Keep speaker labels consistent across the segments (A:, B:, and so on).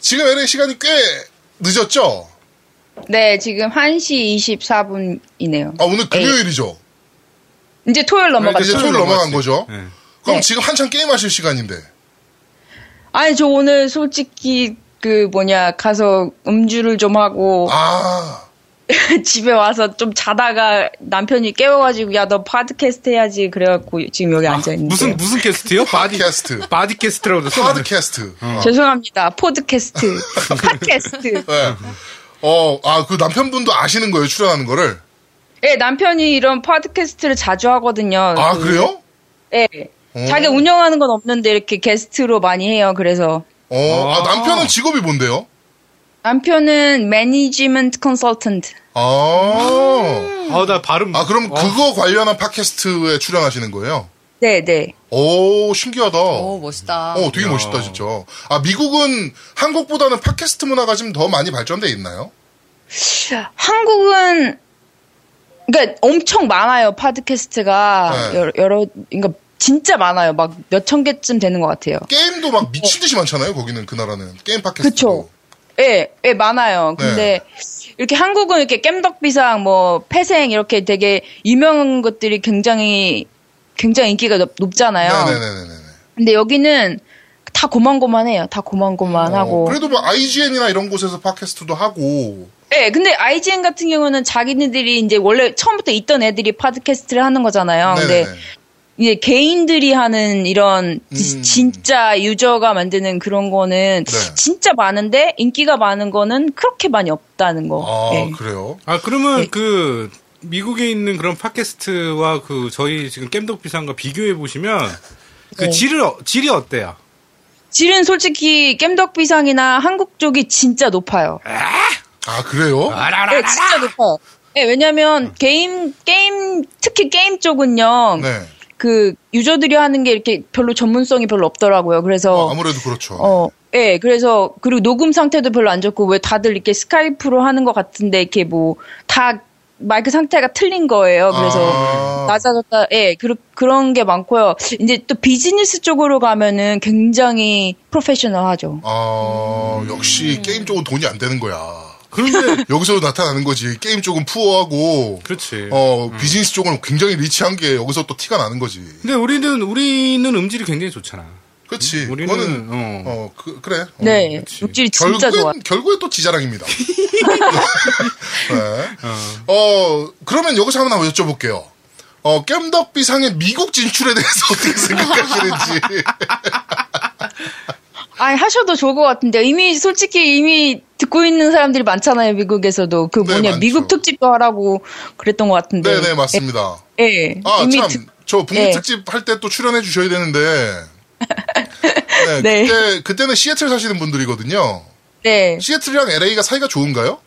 A: 지금 LA 시간이 꽤 늦었죠?
B: 네, 지금 1시 24분이네요.
A: 아, 오늘 금요일이죠?
B: 이제 토요일 넘어갔죠.
A: 네, 이제 토요일 넘어간 거죠?
C: 네.
A: 그럼
B: 네.
A: 지금 한참 게임하실 시간인데.
B: 아니, 저 오늘 솔직히 그 뭐냐, 가서 음주를 좀 하고
A: 아,
B: 집에 와서 좀 자다가 남편이 깨워가지고 야, 너 팟캐스트 해야지. 그래갖고 지금 여기 앉아있는데.
C: 무슨 무슨 캐스트요? 바디
A: 캐스트.
C: 바디 캐스트라고 그랬어.
A: 하드캐스트. 어.
B: 죄송합니다. 포드캐스트. 팟캐스트.
A: 네. 어, 아, 그 남편분도 아시는 거예요, 출연하는 거를?
B: 예, 남편이 이런 팟캐스트를 자주 하거든요.
A: 아, 어.
B: 그,
A: 그래요?
B: 예. 자기 운영하는 건 없는데 이렇게 게스트로 많이 해요. 그래서
A: 어, 아,
C: 아.
A: 남편은 직업이 뭔데요?
B: 남편은 매니지먼트 컨설턴트.
A: 아,
C: 아나 발음.
A: 아, 그럼
C: 어.
A: 그거 관련한 팟캐스트에 출연하시는 거예요?
B: 네, 네.
A: 오, 신기하다.
D: 오, 멋있다.
A: 어, 되게 멋있다, 진짜. 아, 미국은 한국보다는 팟캐스트 문화가 좀 더 많이 발전돼 있나요?
B: 한국은 그러니까 엄청 많아요. 팟캐스트가
A: 네.
B: 여러, 여러 그러니까 진짜 많아요. 막 몇 천 개쯤 되는 것 같아요.
A: 게임도
C: 어.
A: 막 미친 듯이 많잖아요, 거기는 그 나라는. 게임 팟캐스트.
B: 그쵸. 예, 예, 많아요.
A: 네.
B: 근데 이렇게 한국은 이렇게 깸덕비상, 뭐, 폐생, 이렇게 되게 유명한 것들이 굉장히, 굉장히 인기가 높, 높잖아요.
A: 네네네네.
B: 근데 여기는 다 고만고만해요. 다 고만고만하고.
A: 그래도 뭐 IGN이나 이런 곳에서 팟캐스트도 하고.
B: 예, 근데 IGN 같은 경우는 자기네들이 이제 원래 처음부터 있던 애들이 팟캐스트를 하는 거잖아요. 근데
A: 네네네.
B: 이제 개인들이 하는 이런 지-
A: 음.
B: 진짜 유저가 만드는 그런 거는
A: 네.
B: 진짜 많은데 인기가 많은 거는 그렇게 많이 없다는 거.
A: 아,
B: 예.
A: 그래요?
C: 아 그러면 그 미국에 있는 그런 팟캐스트와 그 저희 지금 겜덕 비상과 비교해 보시면 그 질을 어- 질이 어때요?
B: 질은 솔직히 겜덕비상이나 한국 쪽이 진짜 높아요.
A: 아, 그래요?
B: 네,
C: 아라라라.
B: 진짜 높아요. 네, 왜냐면 게임 게임 특히 게임 쪽은요.
A: 음. 네.
B: 그 유저들이 하는 게 이렇게 별로 전문성이 별로 없더라고요. 그래서
A: 아무래도 그렇죠.
B: 어, 예, 그래서, 그리고 녹음 상태도 별로 안 좋고, 왜 다들 이렇게 스카이프로 하는 것 같은데, 이렇게 뭐, 다 마이크 상태가 틀린 거예요. 그래서,
A: 아.
B: 낮아졌다, 예, 그, 그런 게 많고요. 이제 또 비즈니스 쪽으로 가면은 굉장히 프로페셔널 하죠.
A: 아,
C: 음.
A: 역시 게임 쪽은 돈이 안 되는 거야.
C: 그런데
A: 여기서 나타나는 거지. 게임 쪽은 푸어하고,
C: 그렇지.
A: 어, 비즈니스 쪽은 굉장히 리치한 게 여기서 또 티가 나는 거지.
C: 근데 우리는 우리는 음질이 굉장히 좋잖아.
A: 그렇지.
C: 음, 우리는
A: 그거는,
C: 어.
A: 어, 그, 그래. 어.
B: 네,
C: 그치.
B: 육질이 진짜 좋아요.
A: 결국엔, 결국엔 또 지자랑입니다. 네. 어, 그러면 여기서 하나 여쭤볼게요. 어, 깸덕비상의 미국 진출에 대해서 어떻게
B: 네.
A: 생각하시는지.
B: 아니, 하셔도 좋을 것 같은데, 이미, 솔직히 이미 듣고 있는 사람들이 많잖아요, 미국에서도. 그
A: 네,
B: 뭐냐,
A: 많죠.
B: 미국 특집도 하라고 그랬던 것 같은데.
A: 네네, 맞습니다.
B: 예.
A: 아,
B: 이미
A: 참.
B: 듣-
A: 저 북미
B: 네.
A: 특집 할 때 또 출연해 주셔야 되는데. 네,
B: 네.
A: 그때, 그때는 시애틀 사시는 분들이거든요.
B: 네.
A: 시애틀이랑 LA가 사이가 좋은가요?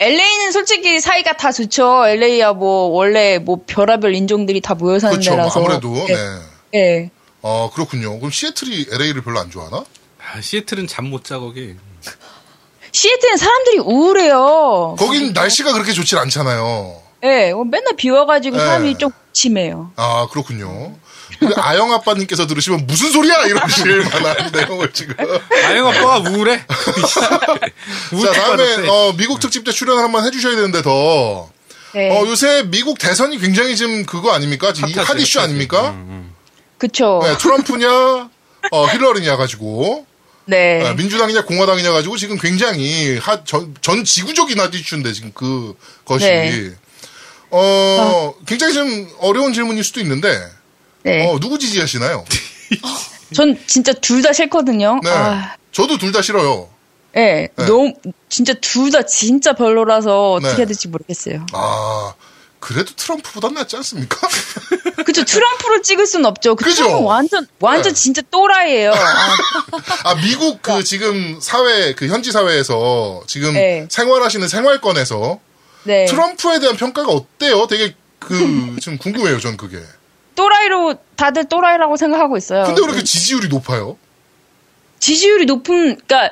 B: LA는 솔직히 사이가 다 좋죠. LA야 뭐 원래 뭐 별하별 인종들이 다 모여 사는
A: 그렇죠.
B: 데라서.
A: 아무래도. 네.
B: 예. 예.
A: 어, 그렇군요. 그럼 시애틀이 LA를 별로 안 좋아하나?
B: 어,
C: 아, 시애틀은 잠 못 자 거기.
B: 시애틀은 사람들이 우울해요.
A: 거긴 날씨가 그렇게 좋질 않잖아요.
B: 예. 뭐 맨날 비와가지고
A: 예.
B: 사람이 좀 침해요.
A: 아, 그렇군요. 근데 아영 아빠님께서 들으시면 무슨 소리야! 이러실 만한 내용을 지금.
C: 아영 아빠가 우울해.
A: 자,
C: 네. 우울증
A: 다음에,
C: 받았대.
A: 어, 미국 특집 때 출연을 한번 해주셔야 되는데, 더.
B: 네.
A: 어, 요새 미국 대선이 굉장히 지금 그거 아닙니까? 지금 이
C: 핫하지, 음.
A: 핫이슈
C: 핫하지.
A: 아닙니까?
B: 그쵸.
A: 네, 트럼프냐, 어, 힐러리냐 가지고,
B: 네.
A: 네, 민주당이냐 공화당이냐 가지고 지금 굉장히 핫, 전, 전 지구적인 핫 이슈인데 지금 그 것이
B: 네.
A: 어,
C: 아.
A: 굉장히 좀 어려운 질문일 수도 있는데
B: 네.
A: 어, 누구 지지하시나요?
B: 전 진짜 둘 다 싫거든요.
A: 네,
B: 아.
A: 저도 둘 다 싫어요.
B: 예. 너무 진짜 둘 다 진짜 별로라서 어떻게
A: 네.
B: 해야 될지 모르겠어요.
A: 아 그래도 트럼프보단 낫지 않습니까?
B: 그쵸. 트럼프를 찍을 순 없죠. 그
A: 그죠?
B: 트럼프 완전 완전
A: 네.
B: 진짜 또라이예요. 아,
A: 아 미국 그 지금 사회 그 현지 사회에서 지금
B: 그러니까. 네.
A: 생활하시는 생활권에서
B: 네.
A: 트럼프에 대한 평가가 어때요? 되게 그 지금 궁금해요, 전 그게.
B: 어, 또라이로 다들 또라이라고 생각하고 있어요.
A: 근데 왜 이렇게 지지율이 높아요?
B: 지지율이 높은 그러니까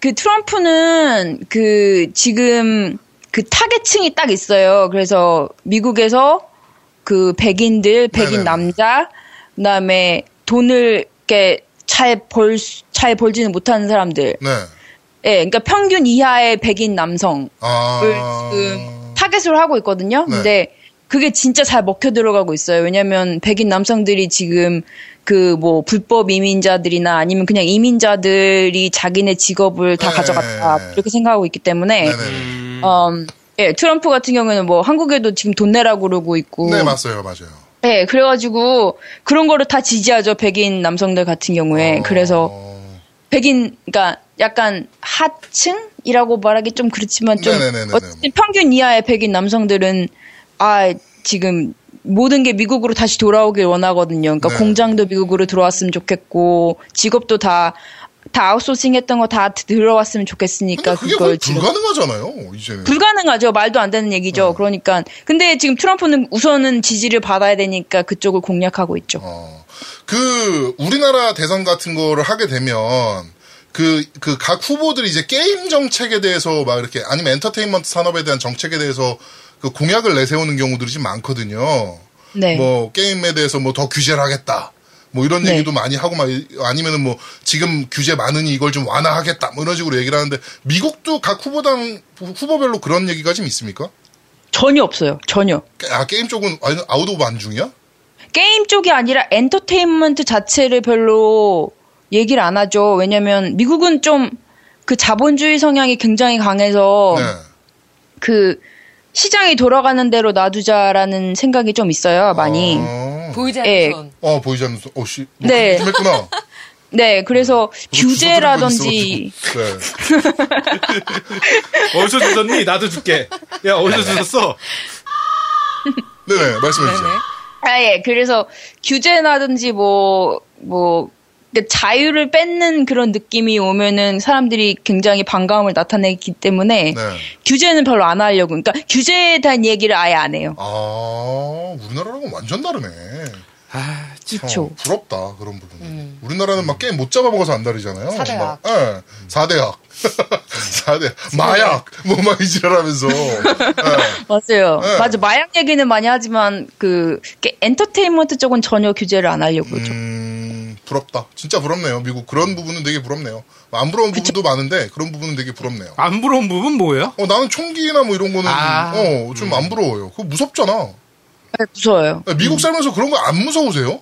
B: 그 트럼프는 그 지금 그 타겟층이 딱 있어요. 그래서 미국에서 그 백인들, 백인
A: 네네.
B: 남자, 그다음에 돈을 이렇게 잘 벌, 수- 잘 벌지는 못하는 사람들.
A: 네.
B: 예, 그러니까 평균 이하의 백인 남성을
A: 아.
B: 그, 지금 타겟으로 하고 있거든요.
A: 네.
B: 근데 그게 진짜 잘 먹혀 들어가고 있어요. 왜냐면 백인 남성들이 지금 그 뭐 불법 이민자들이나 아니면 그냥 이민자들이 자기네 직업을 다
A: 네.
B: 가져갔다. 이렇게 생각하고 있기 때문에
A: 네네.
C: 음,
B: 음, 예, 트럼프 같은 경우에는 뭐 한국에도 지금 돈 내라고 그러고 있고
A: 네, 맞아요. 맞아요.
B: 예, 그래가지고 그런 거를 다 지지하죠 백인 남성들 같은 경우에 네, 그래서
A: 어,
B: 백인 그러니까 약간 하층이라고 말하기 좀 그렇지만 좀
A: 네네네네네.
B: 어쨌든 평균 이하의 백인 남성들은 아 지금 모든 게 미국으로 다시 돌아오길 원하거든요. 그러니까
A: 네.
B: 공장도 미국으로 들어왔으면 좋겠고 직업도 다 다 아웃소싱했던 거 다 들어왔으면 좋겠으니까
A: 근데 그게
B: 그러니까
A: 거의
B: 그걸 지금
A: 불가능하잖아요. 이제는.
B: 불가능하죠. 말도 안 되는 얘기죠.
A: 어.
B: 그러니까. 근데 지금 트럼프는 우선은 지지를 받아야 되니까 그쪽을 공략하고 있죠.
A: 어. 그 우리나라 대선 같은 거를 하게 되면 그 그 각 후보들이 이제 게임 정책에 대해서 막 이렇게 아니면 엔터테인먼트 산업에 대한 정책에 대해서 그 공약을 내세우는 경우들이 지금 많거든요.
B: 네.
A: 뭐 게임에 대해서 뭐 더 규제를 하겠다. 뭐 이런
B: 네.
A: 얘기도 많이 하고 막 이- 아니면은 뭐 지금 규제 많으니 이걸 좀 완화하겠다. 뭐 이런 식으로 얘기를 하는데 미국도 각 후보당 후보별로 그런 얘기가 좀 있습니까?
B: 전혀 없어요. 전혀.
A: 게- 아 게임 쪽은 아웃- 아웃 오브 안중이야?
B: 게임 쪽이 아니라 엔터테인먼트 자체를 별로 얘기를 안 하죠. 왜냐면 미국은 좀 그 자본주의 성향이 굉장히 강해서
A: 네.
B: 그 시장이 돌아가는 대로 놔두자라는 생각이 좀 있어요. 많이.
A: 어.
D: 보이지
B: 예.
D: 않는 손.
A: 어 보이지 않는 손. 어씨.
B: 네.
A: 네. 좀 했구나.
B: 네.
A: 음.
B: 그래서 규제라든지
A: 네.
C: 어디서 주셨니? 나도 줄게. 야, 어디서 주셨어?
A: 네네 말씀해 주세요.
D: 네네.
B: 아, 예. 그래서 규제라든지 뭐, 뭐, 근데 자유를 뺏는 그런 느낌이 오면은 사람들이 굉장히 반감을 나타내기 때문에
A: 네.
B: 규제는 별로 안 하려고. 그러니까 규제에 대한 얘기를 아예 안 해요.
A: 아 우리나라랑은 완전 다르네.
C: 아,
A: 어,
B: 그쵸.
A: 부럽다 그런 부분. 우리나라는 막 게임 못 잡아먹어서 안 다르잖아요.
D: 사대학.
A: 막, 예. 사대학. 사대학. 마약. 뭐 막 이지랄하면서. 예.
B: 맞아요.
A: 네.
B: 맞아. 마약 얘기는 많이 하지만 그 게- 엔터테인먼트 쪽은 전혀 규제를 안 하려고 그러죠.
A: 음, 부럽다. 진짜 부럽네요. 미국 그런 부분은 되게 부럽네요. 안 부러운 부분도 많은데 그런 부분은 되게 부럽네요.
C: 안 부러운 부분 뭐예요?
A: 어 나는 총기나 뭐 이런 거는
C: 아.
A: 어 좀 안 부러워요. 그거 무섭잖아.
B: 네, 무서워요.
A: 야, 아, 미국 살면서 그런 거 안 무서우세요?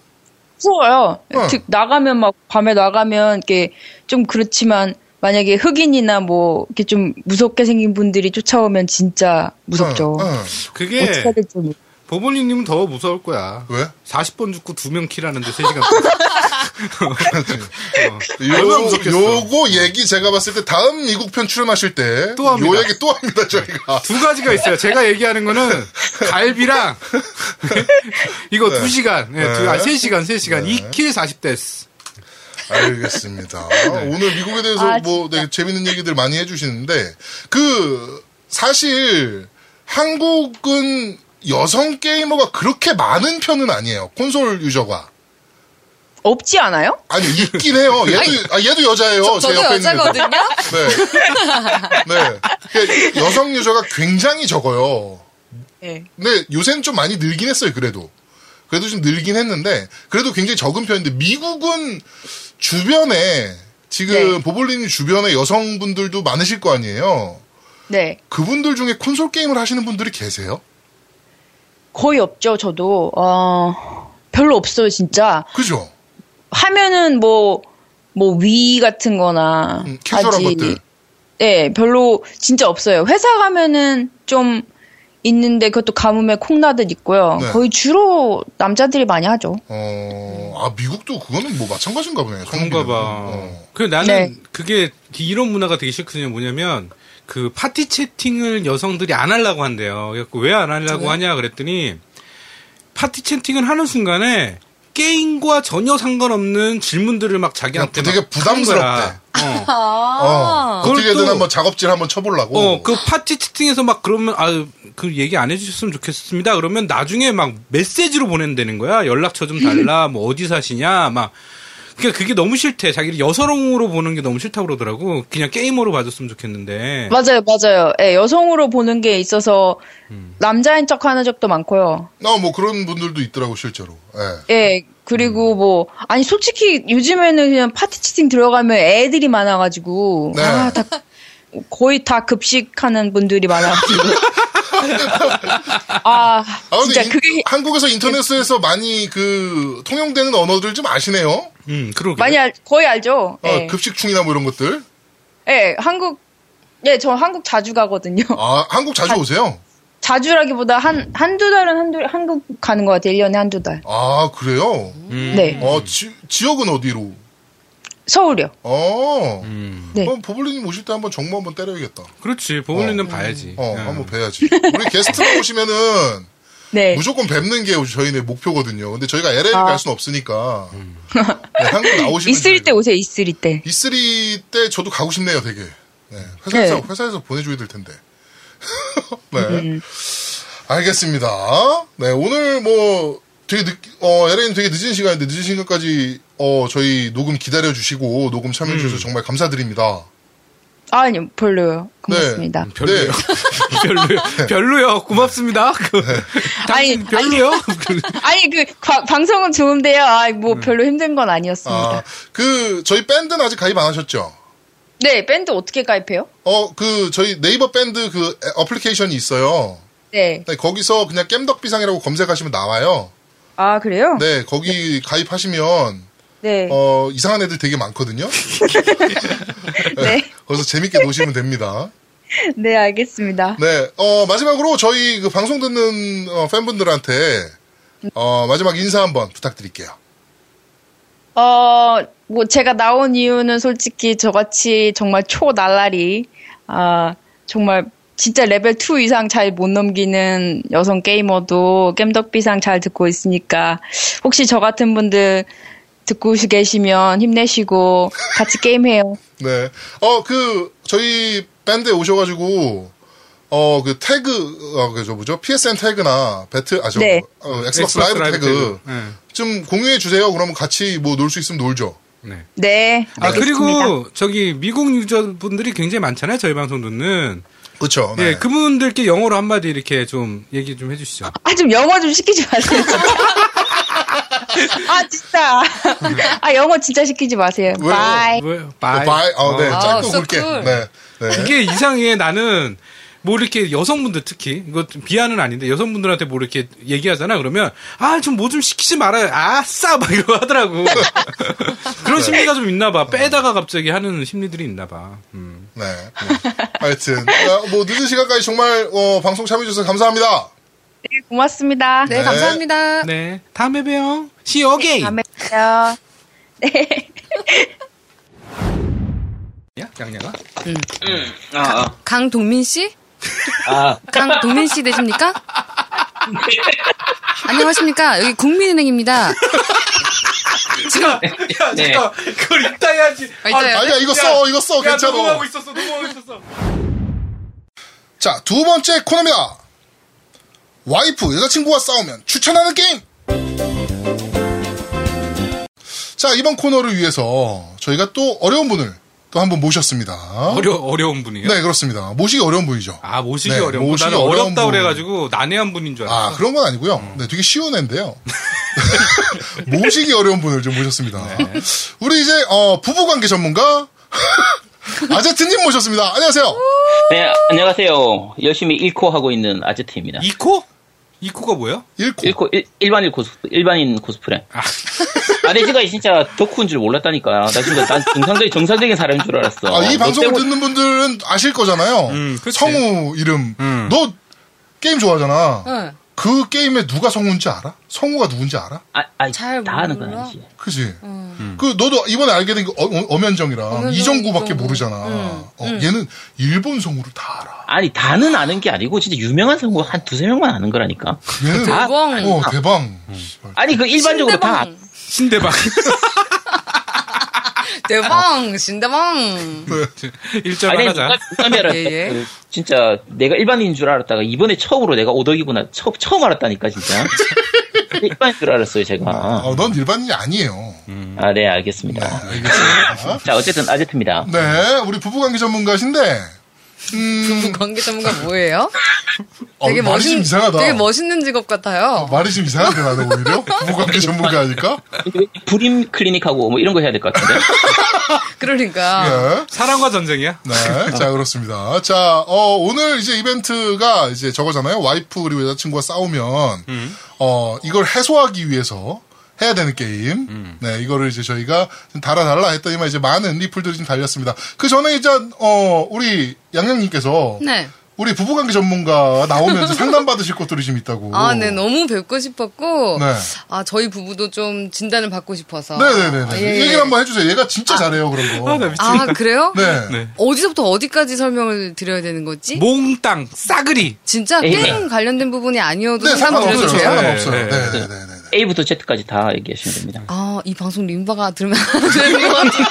B: 무서워요.
A: 네.
B: 즉 나가면 막 밤에 나가면 이렇게 좀 그렇지만 만약에 흑인이나 뭐 이렇게 좀 무섭게 생긴 분들이 쫓아오면 진짜 무섭죠.
A: 예, 예.
C: 그게
B: 어떻게 해야 될지 모르-
C: 보블리님은 더 무서울 거야.
A: 왜?
C: 40번 죽고 2명 킬하는데 3시간. 동안. 얼마나
A: 요,
C: 무섭겠어.
A: 요거 얘기 제가 봤을 때 다음 미국 편 출연하실 때
C: 또 합니다.
A: 요 얘기 또 합니다 저희가.
C: 두 가지가 있어요. 제가 얘기하는 거는 갈비랑 이거 두 2시간, 네, 두,
A: 네.
C: 아, 3시간, 3시간. 이 2킬 40대스.
A: 알겠습니다. 오늘 미국에 대해서
B: 아,
A: 뭐 되게 재밌는 얘기들 많이 해주시는데 그 사실 한국은 여성 게이머가 그렇게 많은 편은 아니에요. 콘솔 유저가.
B: 없지 않아요?
A: 아니 있긴 해요. 얘도 아 얘도 여자예요. 제
D: 저도
A: 옆에 있는 애도.
D: 여자거든요.
A: 네. 네. 그러니까 여성 유저가 굉장히 적어요.
B: 네.
A: 근데 요새는 좀 많이 늘긴 했어요, 그래도. 그래도 좀 늘긴 했는데, 그래도 굉장히 적은 편인데, 미국은 주변에, 지금
B: 네.
A: 보볼리님 주변에 여성분들도 많으실 거 아니에요?
B: 네.
A: 그분들 중에 콘솔 게임을 하시는 분들이 계세요?
B: 거의 없죠. 저도 어, 별로 없어요. 진짜
A: 그죠?
B: 하면은 뭐 뭐 위 같은 거나
A: 음, 캐주얼한
B: 하지.
A: 것들.
B: 네, 별로 진짜 없어요. 회사 가면은 좀 있는데 그것도 가뭄에 콩나듯 있고요.
A: 네.
B: 거의 주로 남자들이 많이 하죠.
A: 어, 아, 미국도 그거는 뭐 마찬가지인가 보네요.
C: 그런가
A: 성비는.
C: 봐.
A: 어.
C: 그 나는
B: 네.
C: 그게 이런 문화가 되게 싫거든요. 뭐냐면 그 파티 채팅을 여성들이 안 하려고 한대요. 왜 안 하려고 하냐 그랬더니 파티 채팅을 하는 순간에 게임과 전혀 상관없는 질문들을 막 자기한테
A: 되게
C: 막 하는 거야. 어.
A: 어,
D: 아.
A: 어떻게든
C: 그걸 또-
A: 한번 작업질 한번 쳐보려고.
C: 어, 그 파티 채팅에서 막 그러면 아 그 얘기 안 해주셨으면 좋겠습니다. 그러면 나중에 막 메시지로 보낸다는 거야. 연락처 좀 달라. 뭐 어디 사시냐. 막 그러니까 그게 너무 싫대. 자기를 여서롱으로 보는 게 너무 싫다고 그러더라고. 그냥 게이머로 봐줬으면 좋겠는데.
A: 네.
B: 맞아요, 맞아요. 예, 여성으로 보는 게 있어서 남자인 척 하는 적도 많고요.
A: 어, 뭐 그런 분들도 있더라고 실제로. 예.
B: 예,
A: 음.
B: 그리고 뭐, 아니, 솔직히 요즘에는 그냥 파티 치팅 들어가면 애들이 많아가지고,
A: 네.
B: 아, 다, 거의 다 급식하는 분들이 많아가지고. 아,
A: 아, 근데
B: 진짜
A: 인-
B: 그게 예.
A: 한국에서 인터넷에서 많이 그 통용되는 언어들 좀 아시네요.
C: 음, 그러게.
B: 많이 알, 거의 알죠?
A: 어,
B: 예.
A: 급식충이나 뭐 이런 것들.
B: 예, 한국, 예, 저 한국 자주 가거든요.
A: 아, 한국 자주 오세요?
B: 자주라기보다 한, 한두 달은 한두, 한국 가는 것 같아요. 1년에 한두 달.
A: 아, 그래요?
C: 음.
B: 네.
A: 어, 지, 지역은 어디로?
B: 서울이요.
A: 어.
C: 음.
B: 네.
A: 그럼 보블리님 오실 때 한번 정보 한번 때려야겠다.
C: 그렇지. 보울리는 봐야지.
A: 어,
C: 음.
A: 한번 뵈야지. 우리 게스트로 오시면은
B: 네.
A: 무조건 뵙는 게 저희네 목표거든요. 근데 저희가 LA를
B: 아.
A: 갈 수는 없으니까. 네, 한국 나오시면
B: 이슬이 때
A: 저희가-
B: 오세요, 이슬이 때.
A: E3 E 때 저도 가고 싶네요, 되게. 네, 회사에서,
B: 네. 음.
A: 회사에서 보내줘야 될 텐데. 네. 알겠습니다. 네, 오늘 뭐, 되게 늦, 어, LA는 되게 늦은 시간인데, 늦은 시간까지, 어, 저희 녹음 기다려주시고, 녹음 참여해주셔서 정말 감사드립니다.
B: 아, 아니요, 별로요. 고맙습니다.
A: 네.
C: 음,
A: 네.
C: 별로요. 별로요. 별로요. 고맙습니다. 그,
B: 아니,
C: 당신 별로요.
B: 아니, 그, 과- 방송은 좋은데요. 아, 뭐, 별로 힘든 건 아니었습니다.
A: 네. 아, 그, 저희 밴드는 아직 가입 안 하셨죠?
B: 네, 밴드 어떻게 가입해요?
A: 어, 그, 저희 네이버 밴드 그 애- 어플리케이션이 있어요.
B: 네.
A: 네, 거기서 그냥 깸덕비상이라고 검색하시면 나와요.
B: 아, 그래요?
A: 네, 거기 가입하시면
B: 네.
A: 어, 이상한 애들 되게 많거든요.
B: 네.
A: 거기서 재밌게 노시면 됩니다.
B: 네, 알겠습니다.
A: 네, 어, 마지막으로 저희 그 방송 듣는 어, 팬분들한테 어, 마지막 인사 한번 부탁드릴게요.
B: 어, 뭐, 제가 나온 이유는 솔직히 저같이 정말 초날라리, 아, 정말 진짜 레벨 2 이상 잘 못 넘기는 여성 게이머도 겜덕비상 잘 듣고 있으니까, 혹시 저 같은 분들 듣고 계시면 힘내시고, 같이 게임해요.
A: 네, 어, 그 저희 밴드에 오셔가지고 어, 그 태그 어, 그저 뭐죠? PSN 태그나 배틀 아저
B: 네.
A: 어, 엑스박스 라이브 태그
C: 네.
A: 좀 공유해 주세요. 그러면 같이 뭐 놀 수 있으면 놀죠.
C: 네.
B: 네.
C: 아
B: 알겠습니다.
C: 그리고 저기 미국 유저분들이 굉장히 많잖아요. 저희 방송 듣는.
A: 그렇죠.
C: 네. 그분들께 영어로 한마디 이렇게 좀 얘기 좀 해주시죠.
B: 아, 좀 영어 좀 시키지 마세요. 진짜. 아, 진짜. 아, 영어 진짜 시키지 마세요.
A: 왜요?
B: 바이.
C: 뭐예요?
A: 바이. 어, 네.
C: 어.
A: 짧고
D: 아, so
A: 굵게.
D: cool.
A: 네. 네.
C: 그게 이상해. 나는 뭐 이렇게 여성분들 특히 이거 좀 비하는 아닌데 여성분들한테 뭐 이렇게 얘기하잖아. 그러면 아 좀 뭐 좀 시키지 말아요. 아싸 막 이러고 하더라고.
A: 네.
C: 그런 심리가 좀 있나 봐. 빼다가 갑자기 하는 심리들이 있나 봐. 음.
A: 네. 하여튼 아, 뭐 늦은 시간까지 정말 어, 방송 참여해 주셔서 감사합니다.
B: 네, 고맙습니다.
D: 네, 감사합니다.
C: 네. 다음에 봬요. See you again.
B: 다음에 봬요. 네.
C: 야, 양양아.
E: 아,
D: 강동민 씨?
E: 아,
D: 강동민 씨 되십니까? 안녕하십니까? 여기 국민은행입니다.
C: 야, 야,
E: 네.
C: 잠깐. 그걸 이따 해야지.
D: 아, 이따 해야
A: 아니야 이거 써 이거 써
C: 야,
A: 괜찮아.
C: 녹음하고 있었어. 녹음하고 있었어.
A: 자 두 번째 코너입니다. 와이프 여자친구와 싸우면 추천하는 게임. 자 이번 코너를 위해서 저희가 또 어려운 분을 또 한 분 모셨습니다.
C: 어려 어려운 분이에요.
A: 네 그렇습니다. 모시기 어려운 분이죠.
C: 아 모시기
A: 네,
C: 어려운
A: 모시기
C: 분. 나는
A: 어려운
C: 어렵다
A: 분.
C: 그래가지고 음. 난해한 분인 줄 알았어.
A: 아, 그런 건 아니고요. 네, 되게 쉬운 애인데요. 모시기 어려운 분을 좀 모셨습니다.
C: 네.
A: 우리 이제 어, 부부 관계 전문가 아제트님 모셨습니다. 안녕하세요.
E: 네, 안녕하세요. 열심히 1코 하고 있는 아제트입니다.
C: 이코? 이코가 뭐예요?
A: 읽고
E: 1코, 일, 일반인 코스, 일반인 코스프레. 아, 내 지가 진짜 덕후인 줄 몰랐다니까. 나 진짜 난 정상적인, 정상적인 사람인 줄 알았어.
A: 아, 이
E: 너
A: 방송을
E: 때문에-
A: 듣는 분들은 아실 거잖아요.
C: 음, 그치.
A: 성우 이름.
E: 음.
A: 너 게임 좋아하잖아.
D: 응.
A: 그 게임에 누가 성우인지 알아? 성우가 누군지 알아?
E: 아, 아,
D: 잘
E: 다 아는 건
D: 몰라.
E: 아니지.
A: 그지? 그 너도 이번에 알게 된 게 어, 면정이랑
D: 음. 엄연정,
A: 이정구밖에
D: 이정구.
A: 모르잖아.
D: 음,
A: 어, 얘는 일본 성우를 다 알아.
E: 아니, 다는 아는 게 아니고, 진짜 유명한 성우 한 두세 명만 아는 거라니까.
A: 얘는
E: 다-
D: 대박.
A: 어, 대박. 씨발.
E: 아니, 그 일반적으로 다,
D: 신대방.
C: 신대방.
D: 대방, 아. 신대방.
E: 아,
C: 일절만 하자.
E: 카메라.
D: 예, 예.
E: 진짜 내가 일반인인 줄 알았다가 이번에 처음으로 내가 오덕이구나 처, 음 알았다니까 진짜. 일반인 줄 알았어요, 제가.
A: 어, 넌 일반인이 아니에요.
E: 아, 네, 알겠습니다.
A: 알겠습니다.
E: 자, 어쨌든 아제트입니다.
A: 네, 우리 부부관계 전문가신데, 음,
D: 그 관계 전문가 뭐예요?
A: 어, 말이 좀 이상하다.
D: 되게 멋있는 직업 같아요.
A: 말이 좀 이상한데, 나는 오히려? 부부관계 전문가 아닐까?
E: 불임 클리닉하고 뭐 이런 거 해야 될 것 같은데.
D: 그러니까
A: 예.
C: 사랑과 전쟁이야?
A: 네, 자 그렇습니다. 자, 어, 오늘 이제 이벤트가 이제 저거잖아요. 와이프 그리고 여자친구가 싸우면 어 이걸 해소하기 위해서 해야 되는 게임. 네, 이거를 이제 저희가 좀 달아달라 했더니만 이제 많은 리플들이 좀 달렸습니다. 그 전에 이제 어 우리 양양님께서
D: 네.
A: 우리 부부관계 전문가 나오면서 상담 받으실 것들이 좀 있다고.
D: 아, 네, 너무 뵙고 싶었고,
A: 네.
D: 아, 저희 부부도 좀 진단을 받고 싶어서.
A: 네네네.
D: 예, 예.
A: 얘기를 한번 해주세요. 얘가 진짜 잘해요 그런 거.
C: 아, 나 미친.
D: 아, 그래요?
A: 네.
C: 네.
D: 어디서부터 어디까지 설명을 드려야 되는 거지?
C: 뭐? 몽땅 싸그리.
D: 진짜
E: 예.
D: 게임 관련된 부분이 아니어도
A: 네,
D: 상담
A: 상관없어요.
D: 드려도 돼요?
A: 상관없어요.
C: 네, 네.
A: 네, 네, 네, 네.
E: A부터 Z까지 다 얘기하시면 됩니다.
D: 아, 이 방송 림바가 들으면 안
A: 네,
D: 되는 것 같아요.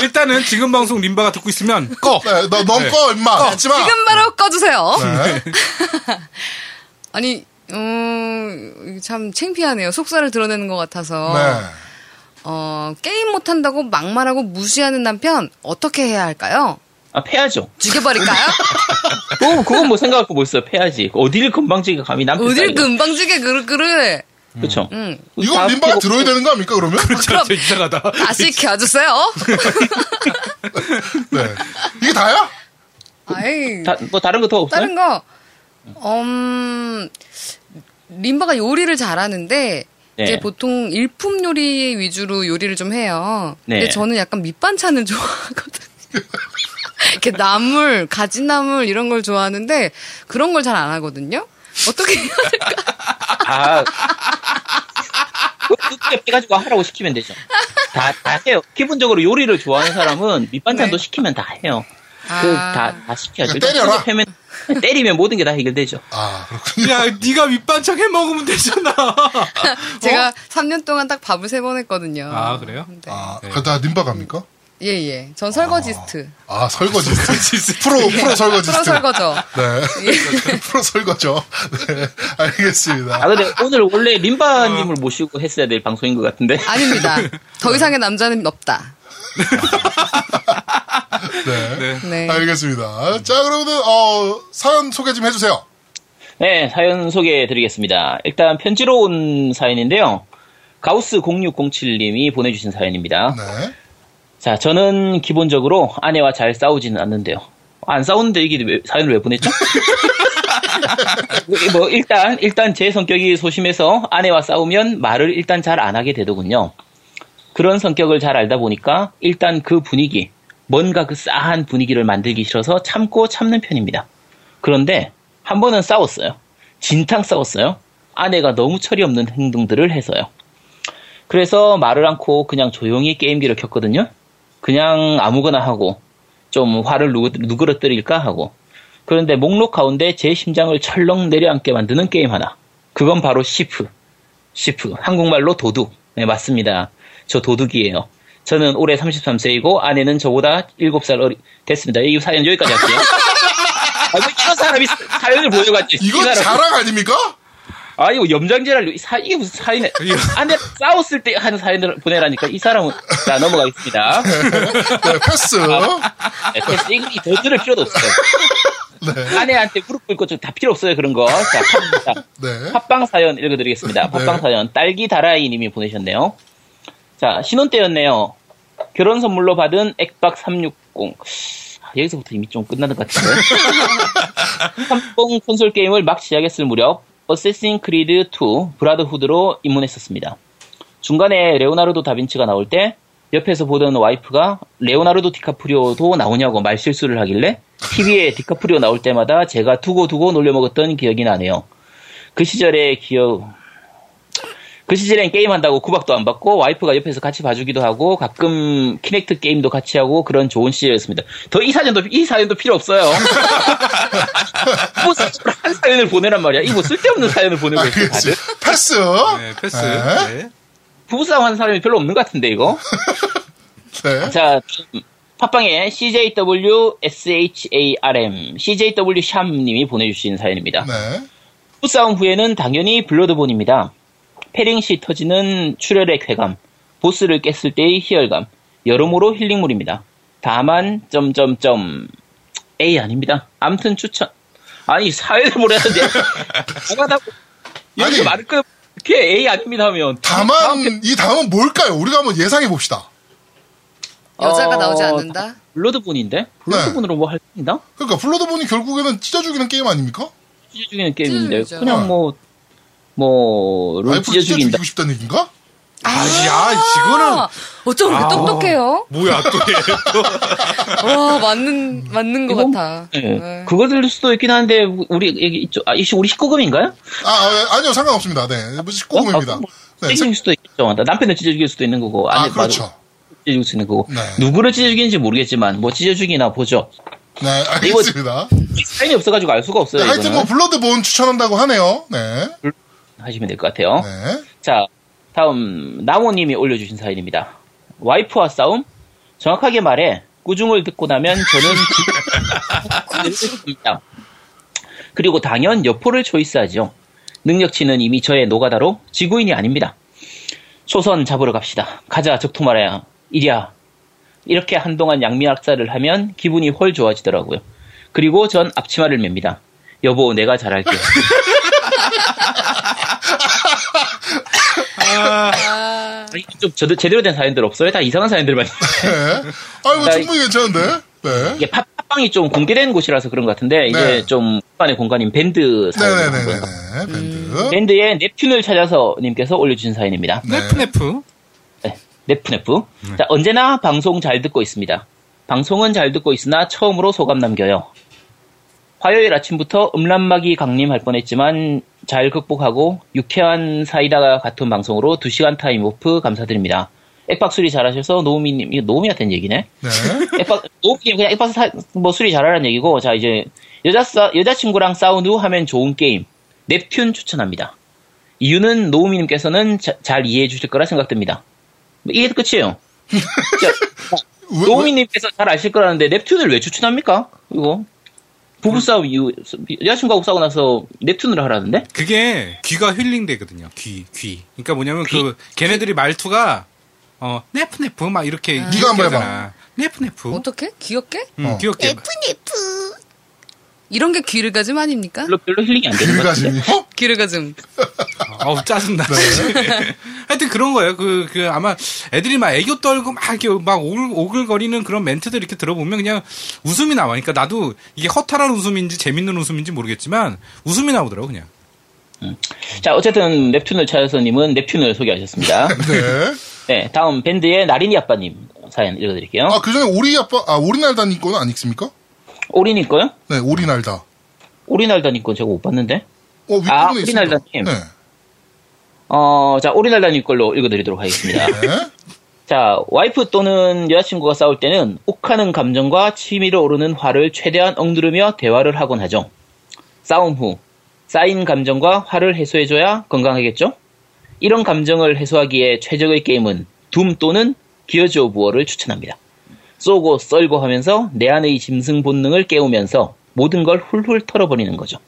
C: 일단은 지금 방송 림바가 듣고 있으면
A: 꺼. 네, 너넌 꺼, 임마. 하지 마.
D: 어, 지금 바로 꺼주세요.
A: 네.
D: 아니, 음, 참 창피하네요. 속사를 드러내는 것 같아서.
A: 네.
D: 어, 게임 못한다고 막말하고 무시하는 남편, 어떻게 해야 할까요?
E: 아, 패야죠.
D: 죽여버릴까요?
E: 그건, 그건 뭐 생각하고 뭐 있어요. 패야지. 어딜 금방지게 감히 남편
D: 어딜
E: 따위가.
D: 금방지게 그릇그릇.
E: 그쵸.
D: 음.
A: 이거 민박 들어야 되는 거 아닙니까 그러면?
C: 진짜 이상하다.
D: 다시 켜주세요.
A: 네. 이게 다야?
D: 아이,
E: 다, 뭐 다른 거 더 없어요?
D: 다른 거, 음, 림바가 요리를 잘하는데,
E: 네.
D: 이제 보통 일품 요리 위주로 요리를 좀 해요.
E: 네.
D: 근데 저는 약간 밑반찬을 좋아하거든요. 이렇게 나물, 가지나물 이런 걸 좋아하는데, 그런 걸 잘 안 하거든요. 어떻게 해야 될까?
E: 아. 그게 빼가지고 하라고 시키면 되죠. 다, 다 해요. 기본적으로 요리를 좋아하는 사람은 밑반찬도
D: 네.
E: 시키면 다 해요.
D: 아.
E: 그, 다, 다 시켜야죠.
A: 그러니까 때려라.
E: 패면, 때리면 모든 게 다 해결되죠.
A: 아 그렇군.
C: 야, 네가 밑반찬 해 먹으면 되잖아.
D: 제가 3년 동안 딱 밥을 세 번 했거든요.
C: 어? 아, 그래요?
D: 네.
A: 아 그다 님박 합니까?
D: 예, 예. 전 설거지스트.
A: 아 설거지 프로 프로 설거지
D: 프로 설거죠. 예.
A: 네 프로 설거죠. 네
E: 아,
A: 알겠습니다.
E: 근데 오늘 원래 림바님을 모시고 했어야 될 방송인 것 같은데.
D: 아닙니다. 더 이상의 남자는 없다.
A: 네.
D: 네.
A: 알겠습니다. 자 그러면은 어 사연 소개 좀 해주세요.
E: 네, 사연 소개해 드리겠습니다. 일단 편지로 온 사연인데요. 가우스0607님이 보내주신 사연입니다.
A: 네.
E: 자, 저는 기본적으로 아내와 잘 싸우지는 않는데요. 안 싸우는데 이게 왜- 사연을 왜 보냈죠? 뭐, 일단, 일단 제 성격이 소심해서 아내와 싸우면 말을 일단 잘 안 하게 되더군요. 그런 성격을 잘 알다 보니까 일단 그 분위기, 뭔가 그 싸한 분위기를 만들기 싫어서 참고 참는 편입니다. 그런데 한 번은 싸웠어요. 진탕 싸웠어요. 아내가 너무 철이 없는 행동들을 해서요. 그래서 말을 않고 그냥 조용히 게임기를 켰거든요. 그냥 아무거나 하고 좀 화를 누, 누그러뜨릴까 하고 그런데 목록 가운데 제 심장을 철렁 내려앉게 만드는 게임 하나 그건 바로 시프 시프 한국말로 도둑 네 맞습니다 저 도둑이에요 저는 올해 33세이고 아내는 저보다 7살 어리 됐습니다 이 사연 여기까지 할게요 아, 왜 이런 사람이 사연을 보여가지고
A: 이거
E: 이 사람.
A: 자랑 아닙니까?
E: 아 이거 염장질할 일- 사 이게 무슨 사연에 아내 싸웠을 때 하는 사연을 보내라니까 이 사람은 자 넘어가겠습니다.
A: 네 패스.
E: 네, 패스 이거 더 들을 필요도 없어요. 아내한테 무릎 꿇고 좀 다 필요 없어요 그런 거. 자 갑니다.
A: 네.
E: 팟빵 사연 읽어드리겠습니다. 팟빵
A: 네.
E: 사연 딸기 다라이님이 보내셨네요. 자 신혼 때였네요. 결혼 선물로 받은 액박 360. 아, 여기서부터 이미 좀 끝나는 것 같은데. 삼봉 콘솔 게임을 막 시작했을 무렵 어쌔신 크리드 2 브라더후드로 입문했었습니다. 중간에 레오나르도 다빈치가 나올 때 옆에서 보던 와이프가 레오나르도 디카프리오도 나오냐고 말실수를 하길래 TV에 디카프리오 나올 때마다 제가 두고두고 놀려먹었던 기억이 나네요. 그 시절의 기억 그 시절엔 게임한다고 구박도 안 받고 와이프가 옆에서 같이 봐주기도 하고 가끔 키넥트 게임도 같이 하고 그런 좋은 시절이었습니다. 더 이 사연도 이 사연도 필요 없어요. 뭐 사연을 한 사연을 보내란 말이야. 이거 쓸데없는 사연을
A: 네.
E: 보내고 있어 다들.
A: 알겠습니다. 아, 패스.
C: 네, 패스.
A: 네.
C: 네.
E: 부부싸움 하는 사람이 별로 없는 것 같은데 이거.
A: 네.
E: 자, 팟빵에 CJWSHARM, CJW 샴님이 보내주신 사연입니다.
A: 네.
E: 부부싸움 후에는 당연히 블러드본입니다. 패링 시 터지는 출혈의 쾌감, 보스를 깼을 때의 희열감, 여러모로 힐링물입니다. 다만 점점점 A 아닙니다. 암튼 추천. 아니 사회를 모르는데 나가다고
A: 아니.
E: 이렇게 말을 끊 이렇게 A 아닙니다 하면
A: 다만 이 다음은 뭘까요? 우리가 한번 예상해 봅시다.
D: 여자가
E: 어,
D: 나오지 않는다?
E: 블러드본인데 블러드본으로 뭐 할 수 있나?
A: 그러니까 블러드본이 결국에는 찢어 죽이는 게임 아닙니까?
E: 찢어 죽이는 게임인데
D: 찢어주죠.
E: 그냥 뭐, 뭐뭐룰
A: 와이프
E: 찢어
A: 찢어
E: 죽인다.
A: 죽이고 싶다는 얘기인가?
C: 아, 야, 이거는.
D: 어쩜 이렇게 똑똑해요?
C: 뭐야, 또
A: 네.
C: 얘. 또.
D: 와 맞는 맞는 것
E: 이건-
D: 같아.
E: 예,
D: 네.
E: 그거들 수도 있긴 한데 우리 여기 있죠. 아, 이씨 우리 19금인가요?
A: 아, 아 아니요 상관없습니다. 네, 19금입니다. 네,
E: 찢어질 수도 있죠. 남편을 찢어 죽일 수도 있는 거고
A: 아
E: 아내 바로
A: 그렇죠.
E: 찢어 죽일 수 있는 거고
A: 네.
E: 누구를 찢어 죽이는지 모르겠지만 뭐 찢어 죽이나 보죠.
A: 네, 알겠습니다.
E: 사인이 없어가지고 알 수가 없어요.
A: 네, 하여튼 뭐
E: 이거는
A: 블러드본 추천한다고 하네요. 네,
E: 하시면 될 것 같아요.
A: 네.
E: 자, 다음 나모님이 올려주신 사연입니다. 와이프와 싸움? 정확하게 말해 꾸중을 듣고 나면 저는 꾸중입니다. 그리고 당연 여포를 초이스하죠. 능력치는 이미 저의 노가다로 지구인이 아닙니다. 초선 잡으러 갑시다. 가자 적토마라야. 이리야. 이렇게 한동안 양미학살을 하면 기분이 훨 좋아지더라고요. 그리고 전 앞치마를 맵니다. 여보 내가 잘할게.
C: 아,
D: 아,
E: 아니, 좀 저도 제대로 된 사연들 없어요. 다 이상한 사연들만.
A: 네. 아이고
E: 나
A: 충분히 괜찮은데. 네.
E: 이게 팟- 팟빵이 좀 공개된 곳이라서 그런 것 같은데 이게
A: 네.
E: 좀 공간의 공간인 밴드 사연이고요.
A: 네네네네. 밴드.
E: 밴드의 넵튠을 찾아서 님께서 올려주신 사연입니다.
A: 네.
C: 네프네프.
E: 네, 넵튠네프. 자 언제나 방송 잘 듣고 있습니다. 방송은 잘 듣고 있으나 처음으로 소감 남겨요. 화요일 아침부터 음란막이 강림할 뻔했지만 잘 극복하고 유쾌한 사이다 같은 방송으로 2시간 타임 오프 감사드립니다. 액박 수리 잘하셔서 노우미님, 이거 노우미가 된 얘기네?
A: 네.
E: 액박, 오케이, 그냥 액박 사, 뭐 수리 잘하라는 얘기고, 자, 이제, 여자, 싸, 여자친구랑 싸운 후 하면 좋은 게임, 넵튠 추천합니다. 이유는 노우미님께서는 자- 잘 이해해 주실 거라 생각됩니다. 뭐 이게 끝이에요.
A: 왜- 왜-
E: 노우미님께서 잘 아실 거라는데, 넵튠을 왜 추천합니까? 이거.
A: 음.
E: 부부싸움 이후, 여자친구하고 싸우고 나서 넵튠을 하라는데?
A: 아?
C: 그게 귀가 힐링되거든요. 귀, 귀. 그러니까 뭐냐면 그 걔네들이 말투가 어 네프네프 막 이렇게
A: 네가 한번 해봐.
C: 네프네프.
D: 어떻게 귀엽게?
C: 음,
A: 어.
C: 귀엽게.
D: 이런 게 귀를 가짐 아닙니까?
E: 별로, 별로 힐링이 안 되는 것 같은데.
A: 길가짐이. 어?
D: 귀를 가짐.
C: 어우 짜증나.
A: 네.
C: 하여튼 그런 거예요. 그, 그 아마 애들이 막 애교 떨고 막 이렇게 막 오글, 오글거리는 그런 멘트들 이렇게 들어보면 그냥 웃음이 나와. 그러니까 나도 이게 허탈한 웃음인지 재밌는 웃음인지 모르겠지만 웃음이 나오더라고 그냥.
E: 자, 어쨌든 넵튠을 찾아서님은 넵튠을 소개하셨습니다.
A: 네.
E: 네, 다음 밴드의 나린이 아빠님 사연 읽어드릴게요.
A: 아, 그 전에 오리 아빠, 아, 오리날다님 거는 안 읽습니까?
E: 오리님 거요?
A: 네, 오리날다. 어,
E: 오리날다님 건 제가 못 봤는데.
A: 윗부분에
E: 아,
A: 있습니다.
E: 오리날다님.
A: 네.
E: 어, 자, 오리날다님 걸로 읽어드리도록 하겠습니다.
A: 네.
E: 자, 와이프 또는 여자친구가 싸울 때는 욱하는 감정과 치밀어 오르는 화를 최대한 억누르며 대화를 하곤 하죠. 싸움 후 쌓인 감정과 화를 해소해줘야 건강하겠죠? 이런 감정을 해소하기에 최적의 게임은 둠 또는 기어즈 오브 워를 추천합니다. 쏘고 썰고 하면서 내 안의 짐승 본능을 깨우면서 모든 걸 훌훌 털어버리는 거죠.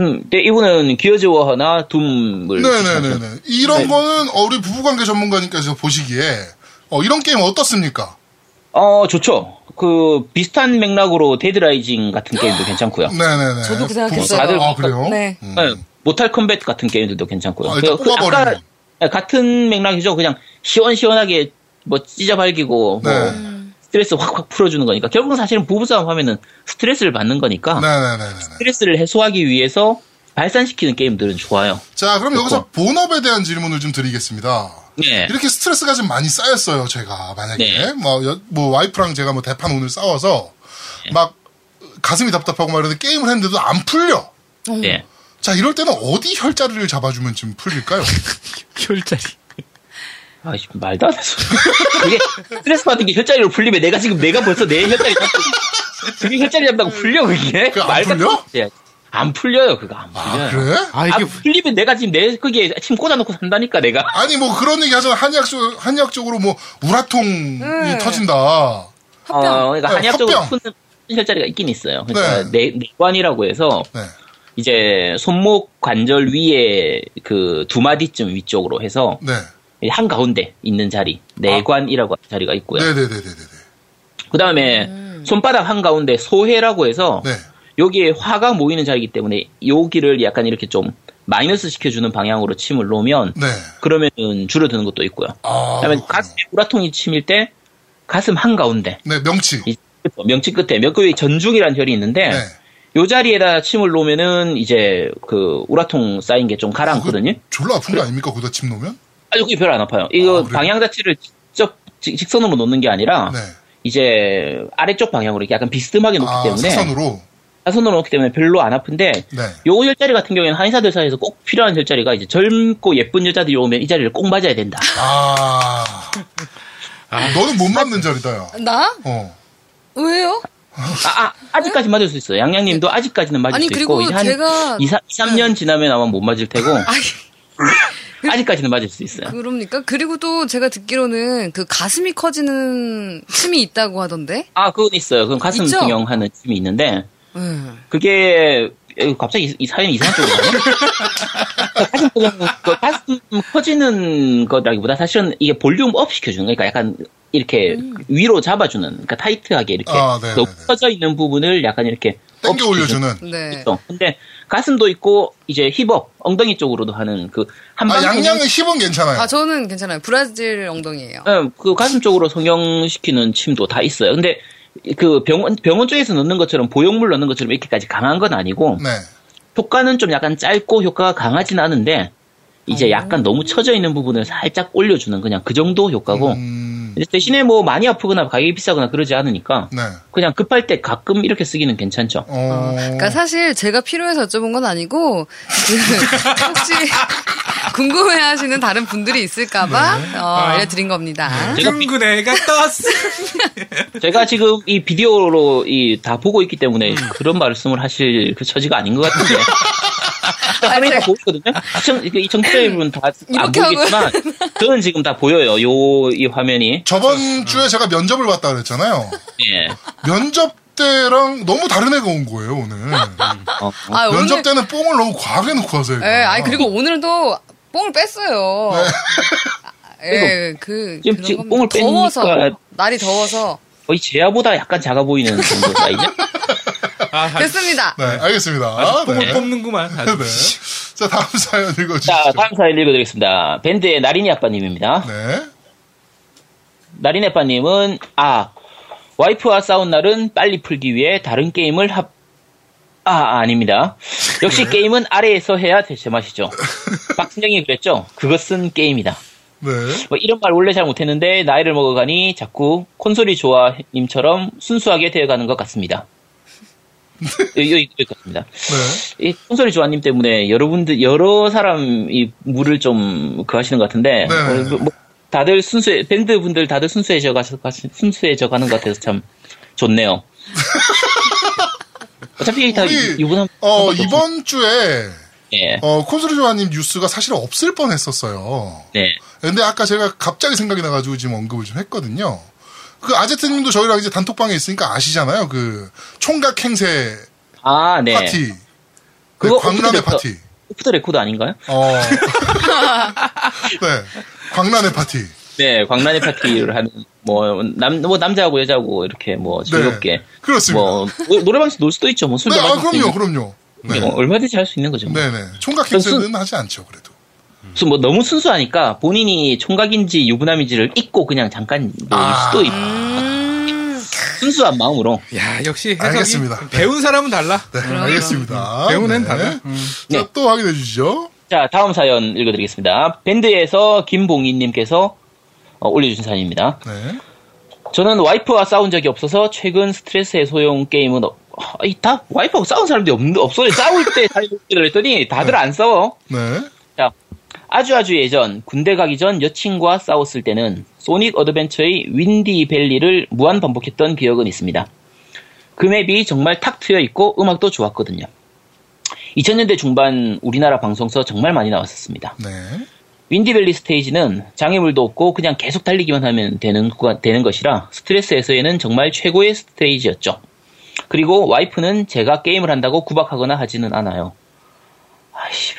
E: 음, 근데 이분은 기어즈 워나 둠을 추천하죠.
A: 네네네네. 이런 거는, 어, 우리 부부관계 전문가니까 서 보시기에, 어, 이런 게임 어떻습니까?
E: 어, 좋죠. 그 비슷한 맥락으로 데드라이징 같은 게임도 괜찮고요.
A: 네네네.
D: 저도 그 생각했어요.
A: 부부싸움. 아,
E: 다들
A: 그래요?
D: 네.
A: 음.
E: 네, 모탈 컴뱃 같은 게임들도 괜찮고요.
A: 아, 일단
E: 그- 그
A: 뽑아버리는 거.
E: 네, 같은 맥락이죠. 그냥 시원시원하게 뭐 찢어발기고 뭐
A: 네.
E: 스트레스 확확 풀어주는 거니까 결국 은 사실은 부부싸움 하면은 스트레스를 받는 거니까
A: 네네네네.
E: 스트레스를 해소하기 위해서 발산시키는 게임들은 좋아요.
A: 자, 그럼 여기서
E: 좋고.
A: 본업에 대한 질문을 좀 드리겠습니다.
E: 네.
A: 이렇게 스트레스가 좀 많이 쌓였어요, 제가. 만약에.
E: 네.
A: 뭐, 여- 뭐 와이프랑 제가 뭐 대판 오늘 싸워서,
E: 네.
A: 막, 가슴이 답답하고 막 이러는데 게임을 했는데도 안 풀려.
E: 네.
A: 자, 이럴 때는 어디 혈자리를 잡아주면 좀 풀릴까요?
C: 혈자리.
E: 아, 씨, 말도 안 해서. 그게 스트레스 받은 게 혈자리로 풀리면 내가 지금 내가 벌써 내 혈자리 잡고. 그게 혈자리 잡다고 풀려, 그게?
A: 음. 그거 안
E: 말도 안
A: 풀려?
E: 돼. 예. 안 풀려요, 그거 안 풀려요.
A: 아, 그래?
C: 아
E: 아,
C: 이게
E: 풀리면 내가 지금 내, 그게 침 꽂아놓고 산다니까, 내가.
A: 아니 뭐 그런 얘기 하잖아 한의학 쪽 한의학 쪽으로 뭐 우라통이
D: 음.
A: 터진다.
E: 어, 그러니까
A: 네,
E: 한의학적으로
A: 합병.
E: 푸는 혈자리가 있긴 있어요. 그러니까 내, 내관이라고 해서
A: 네.
E: 이제 손목 관절 위에 그 두 마디쯤 위쪽으로 해서
A: 네. 아.
E: 한 가운데 있는 자리 내관이라고 하는 자리가 있고요.
A: 네네네네네.
E: 그 다음에 손바닥 한 가운데 소해라고 해서
A: 네.
E: 여기에 화가 모이는 자리이기 때문에 여기를 약간 이렇게 좀 마이너스 시켜주는 방향으로 침을 놓으면
A: 네.
E: 그러면은 줄어드는 것도 있고요.
A: 아.
E: 그다음에
A: 그렇군요.
E: 가슴에 우라통이 침일 때 가슴 한 가운데
A: 네, 명치.
E: 명치 끝에 몇 개의 전중이라는 혈이 있는데
A: 네.
E: 요 자리에다 침을 놓으면은 이제 그 우라통 쌓인 게 좀 가라앉거든요.
A: 그거 졸라 아픈 거 아닙니까? 거기다 침 놓으면?
E: 아, 여기 별로 안 아파요. 이거
A: 아, 그래요?
E: 방향 자체를 직접 직- 직선으로 놓는 게 아니라
A: 네.
E: 이제 아래쪽 방향으로 이렇게 약간 비스듬하게 놓기
A: 아,
E: 때문에
A: 사선으로.
E: 사선으로 놓기 때문에 별로 안 아픈데
A: 네.
E: 요 혈자리 같은 경우에는 한의사들 사이에서 꼭 필요한 혈자리가 이제 젊고 예쁜 여자들이 오면 이 자리를 꼭 맞아야 된다.
A: 아. 너는 못 맞는 자리다, 야.
D: 나?
A: 어.
D: 왜요?
E: 아, 아, 직까지 맞을 수 있어요.
A: 예.
E: 양양님도 아직까지는 맞을
D: 아니,
E: 수
D: 그리고
E: 있고 이제 한
D: 제가- 네.
E: 2, 3년 지나면 아마 못 맞을 테고
D: 아이,
E: 아직까지는 맞을 수 있어요.
D: 그럽니까? 그리고 또 제가 듣기로는 그 가슴이 커지는 틈이 있다고 하던데?
E: 아, 그건 있어요. 그건 가슴
D: 있죠?
E: 경영하는 팀이 있는데 음.
D: 응.
E: 그게 에, 갑자기 이- 이 사연이 이상한 쪽으로 가네. 가슴 그냥 그 가슴 커지는 거라기보다 사실은 이게 볼륨 업 시켜주는 거니까 약간 이렇게 위로 잡아주는 그러니까 타이트하게 이렇게
A: 음. 아, 네,
E: 더
A: 네, 네.
E: 커져 있는 부분을 약간 이렇게
A: 땡겨
E: 업 시켜주는
A: 올려주는.
D: 네.
E: 있어. 근데 가슴도 있고 이제 힙업 엉덩이 쪽으로도 하는 그
A: 아,
E: 한방
A: 양양은 힙은 괜찮아요.
D: 아, 저는 괜찮아요. 브라질 엉덩이에요.
E: 예, 그 가슴 쪽으로 성형시키는 침도 다 있어요. 근데 그 병원 병원 쪽에서 넣는 것처럼 보형물 넣는 것처럼 이렇게까지 강한 건 아니고
A: 네.
E: 효과는 좀 약간 짧고 효과가 강하진 않은데
D: 어.
E: 이제 약간 너무 처져 있는 부분을 살짝 올려주는 그냥 그 정도 효과고
A: 음.
E: 근데 대신에 뭐 많이 아프거나 가격이 비싸거나 그러지 않으니까
A: 네.
E: 그냥 급할 때 가끔 이렇게 쓰기는 괜찮죠.
A: 어.
D: 그러니까 사실 제가 필요해서 여쭤본 건 아니고 그 혹시 궁금해하시는 다른 분들이 있을까봐 어, 알려드린 겁니다.
E: 제가
C: 둥근 애가 떴어.
E: 제가 지금 이 비디오로 이 다 보고 있기
D: 음.
E: 때문에 그런 말씀을 하실 그 처지가 아닌 것 같은데.
D: 아,
E: 화면이 다 보이거든요. 시청, 이 청취자분은 다안
D: 음. 이렇게 하고
E: 보이겠지만, 저는 지금 다 보여요. 요, 이 화면이.
A: 저번 주에 제가 면접을 봤다 그랬잖아요.
E: 예.
A: 면접 때랑 너무 다른 애가 온 거예요, 오늘.
E: 어, 어.
D: 아, 오늘,
A: 면접 때는 뽕을 너무 과하게 놓고 와서.
D: 예, 아니 그리고 오늘은 또 뽕을 뺐어요.
A: 네.
D: 아, 예, 그
E: 지금-
D: 그런 겁니다.
E: 지금 뽕을 뺐으니까-
D: 더워서 날이 더워서
E: 거의 제아보다 약간 작아 보이는 정도 사이즈?
C: 아,
D: 됐습니다.
A: 네, 알겠습니다.
C: 아주 뽕을
A: 네.
C: 뽑는구만. 아주.
A: 네. 자, 다음 사연
E: 자,
A: 읽어주시죠.
E: 다음 사연 읽어드리겠습니다. 밴드의 나린이 아빠님입니다.
A: 네.
E: 나린 아빠님은, 아, 와이프와 싸운 날은 빨리 풀기 위해 다른 게임을 합, 아, 아닙니다. 역시 게임은 아래에서 해야 제맛이죠. 박순영이 그랬죠? 그것은 게임이다.
A: 네.
E: 뭐 이런 말 원래 잘 못했는데 나이를 먹어가니 자꾸 콘솔이 좋아님처럼 순수하게 되어가는 것 같습니다. 이- 이- 이것 같습니다.
A: 네.
E: 이 콘솔이 좋아님 때문에 여러분들 여러 사람이 물을 좀 그하시는 것 같은데
A: 네.
E: 어, 뭐, 뭐 다들 순수 밴드 분들 다들 순수해져 가 순수해져 가는 것 같아서 참 좋네요. 어차피 다
A: 우리-
E: 이분 한
A: 어,
E: 한 번도
A: 이번 주에,
E: 예.
A: 어, 콘솔이 조아님 뉴스가 사실 없을 뻔 했었어요.
E: 네.
A: 근데 아까 제가 갑자기 생각이 나가지고 지금 언급을 좀 했거든요. 그 아제트님도 저희랑 이제 단톡방에 있으니까 아시잖아요. 그 총각 행세
E: 아, 네.
A: 파티. 그
E: 그거
A: 광란의
E: 오픈됐어.
A: 파티.
E: 오프 더 레코드 아닌가요?
A: 어. 네. 광란의 파티.
E: 네, 광란의 파티를 하는 뭐 남 뭐 남자하고 여자하고 이렇게 뭐 즐겁게
A: 네. 그렇습니다.
E: 뭐 노- 노래방에서 놀 수도 있죠. 뭐술
A: 네,
E: 도
A: 아,
E: 마실 수도
A: 그럼요,
E: 있고
A: 그럼요. 네.
E: 뭐 얼마든지 할 수 있는 거죠. 뭐.
A: 네네. 총각 행세는 하지 않죠, 그래도.
E: 그래서 뭐 너무 순수하니까 본인이 총각인지 유부남인지를 잊고 그냥 잠깐 놀
A: 아.
E: 수도 있. 순수한 마음으로.
C: 야, 역시 해석이
A: 알겠습니다.
C: 배운 사람은 달라.
A: 네, 알겠습니다.
C: 배운 애는
A: 네.
C: 달라.
A: 자,
E: 네.
A: 또 확인해 주시죠.
E: 자, 다음 사연 읽어드리겠습니다. 밴드에서 김봉희님께서 어, 올려주신 사연입니다.
A: 네.
E: 저는 와이프와 싸운 적이 없어서 최근 스트레스 해소용 게임은 없- 아, 이다 와이프하고 싸운 사람들이 없, 없어요. 싸울 때 사이를 했더니 다들 안 싸워.
A: 네.
E: 자, 아주 아주 예전 군대 가기 전 여친과 싸웠을 때는 소닉 어드벤처의 윈디 밸리를 무한 반복했던 기억은 있습니다. 그 맵이 정말 탁 트여 있고 음악도 좋았거든요. 2000년대 중반 우리나라 방송서 정말 많이 나왔었습니다.
A: 네.
E: 윈디밸리 스테이지는 장애물도 없고 그냥 계속 달리기만 하면 되는, 구- 되는 것이라 스트레스 해소에는 정말 최고의 스테이지였죠. 그리고 와이프는 제가 게임을 한다고 구박하거나 하지는 않아요. 아이씨.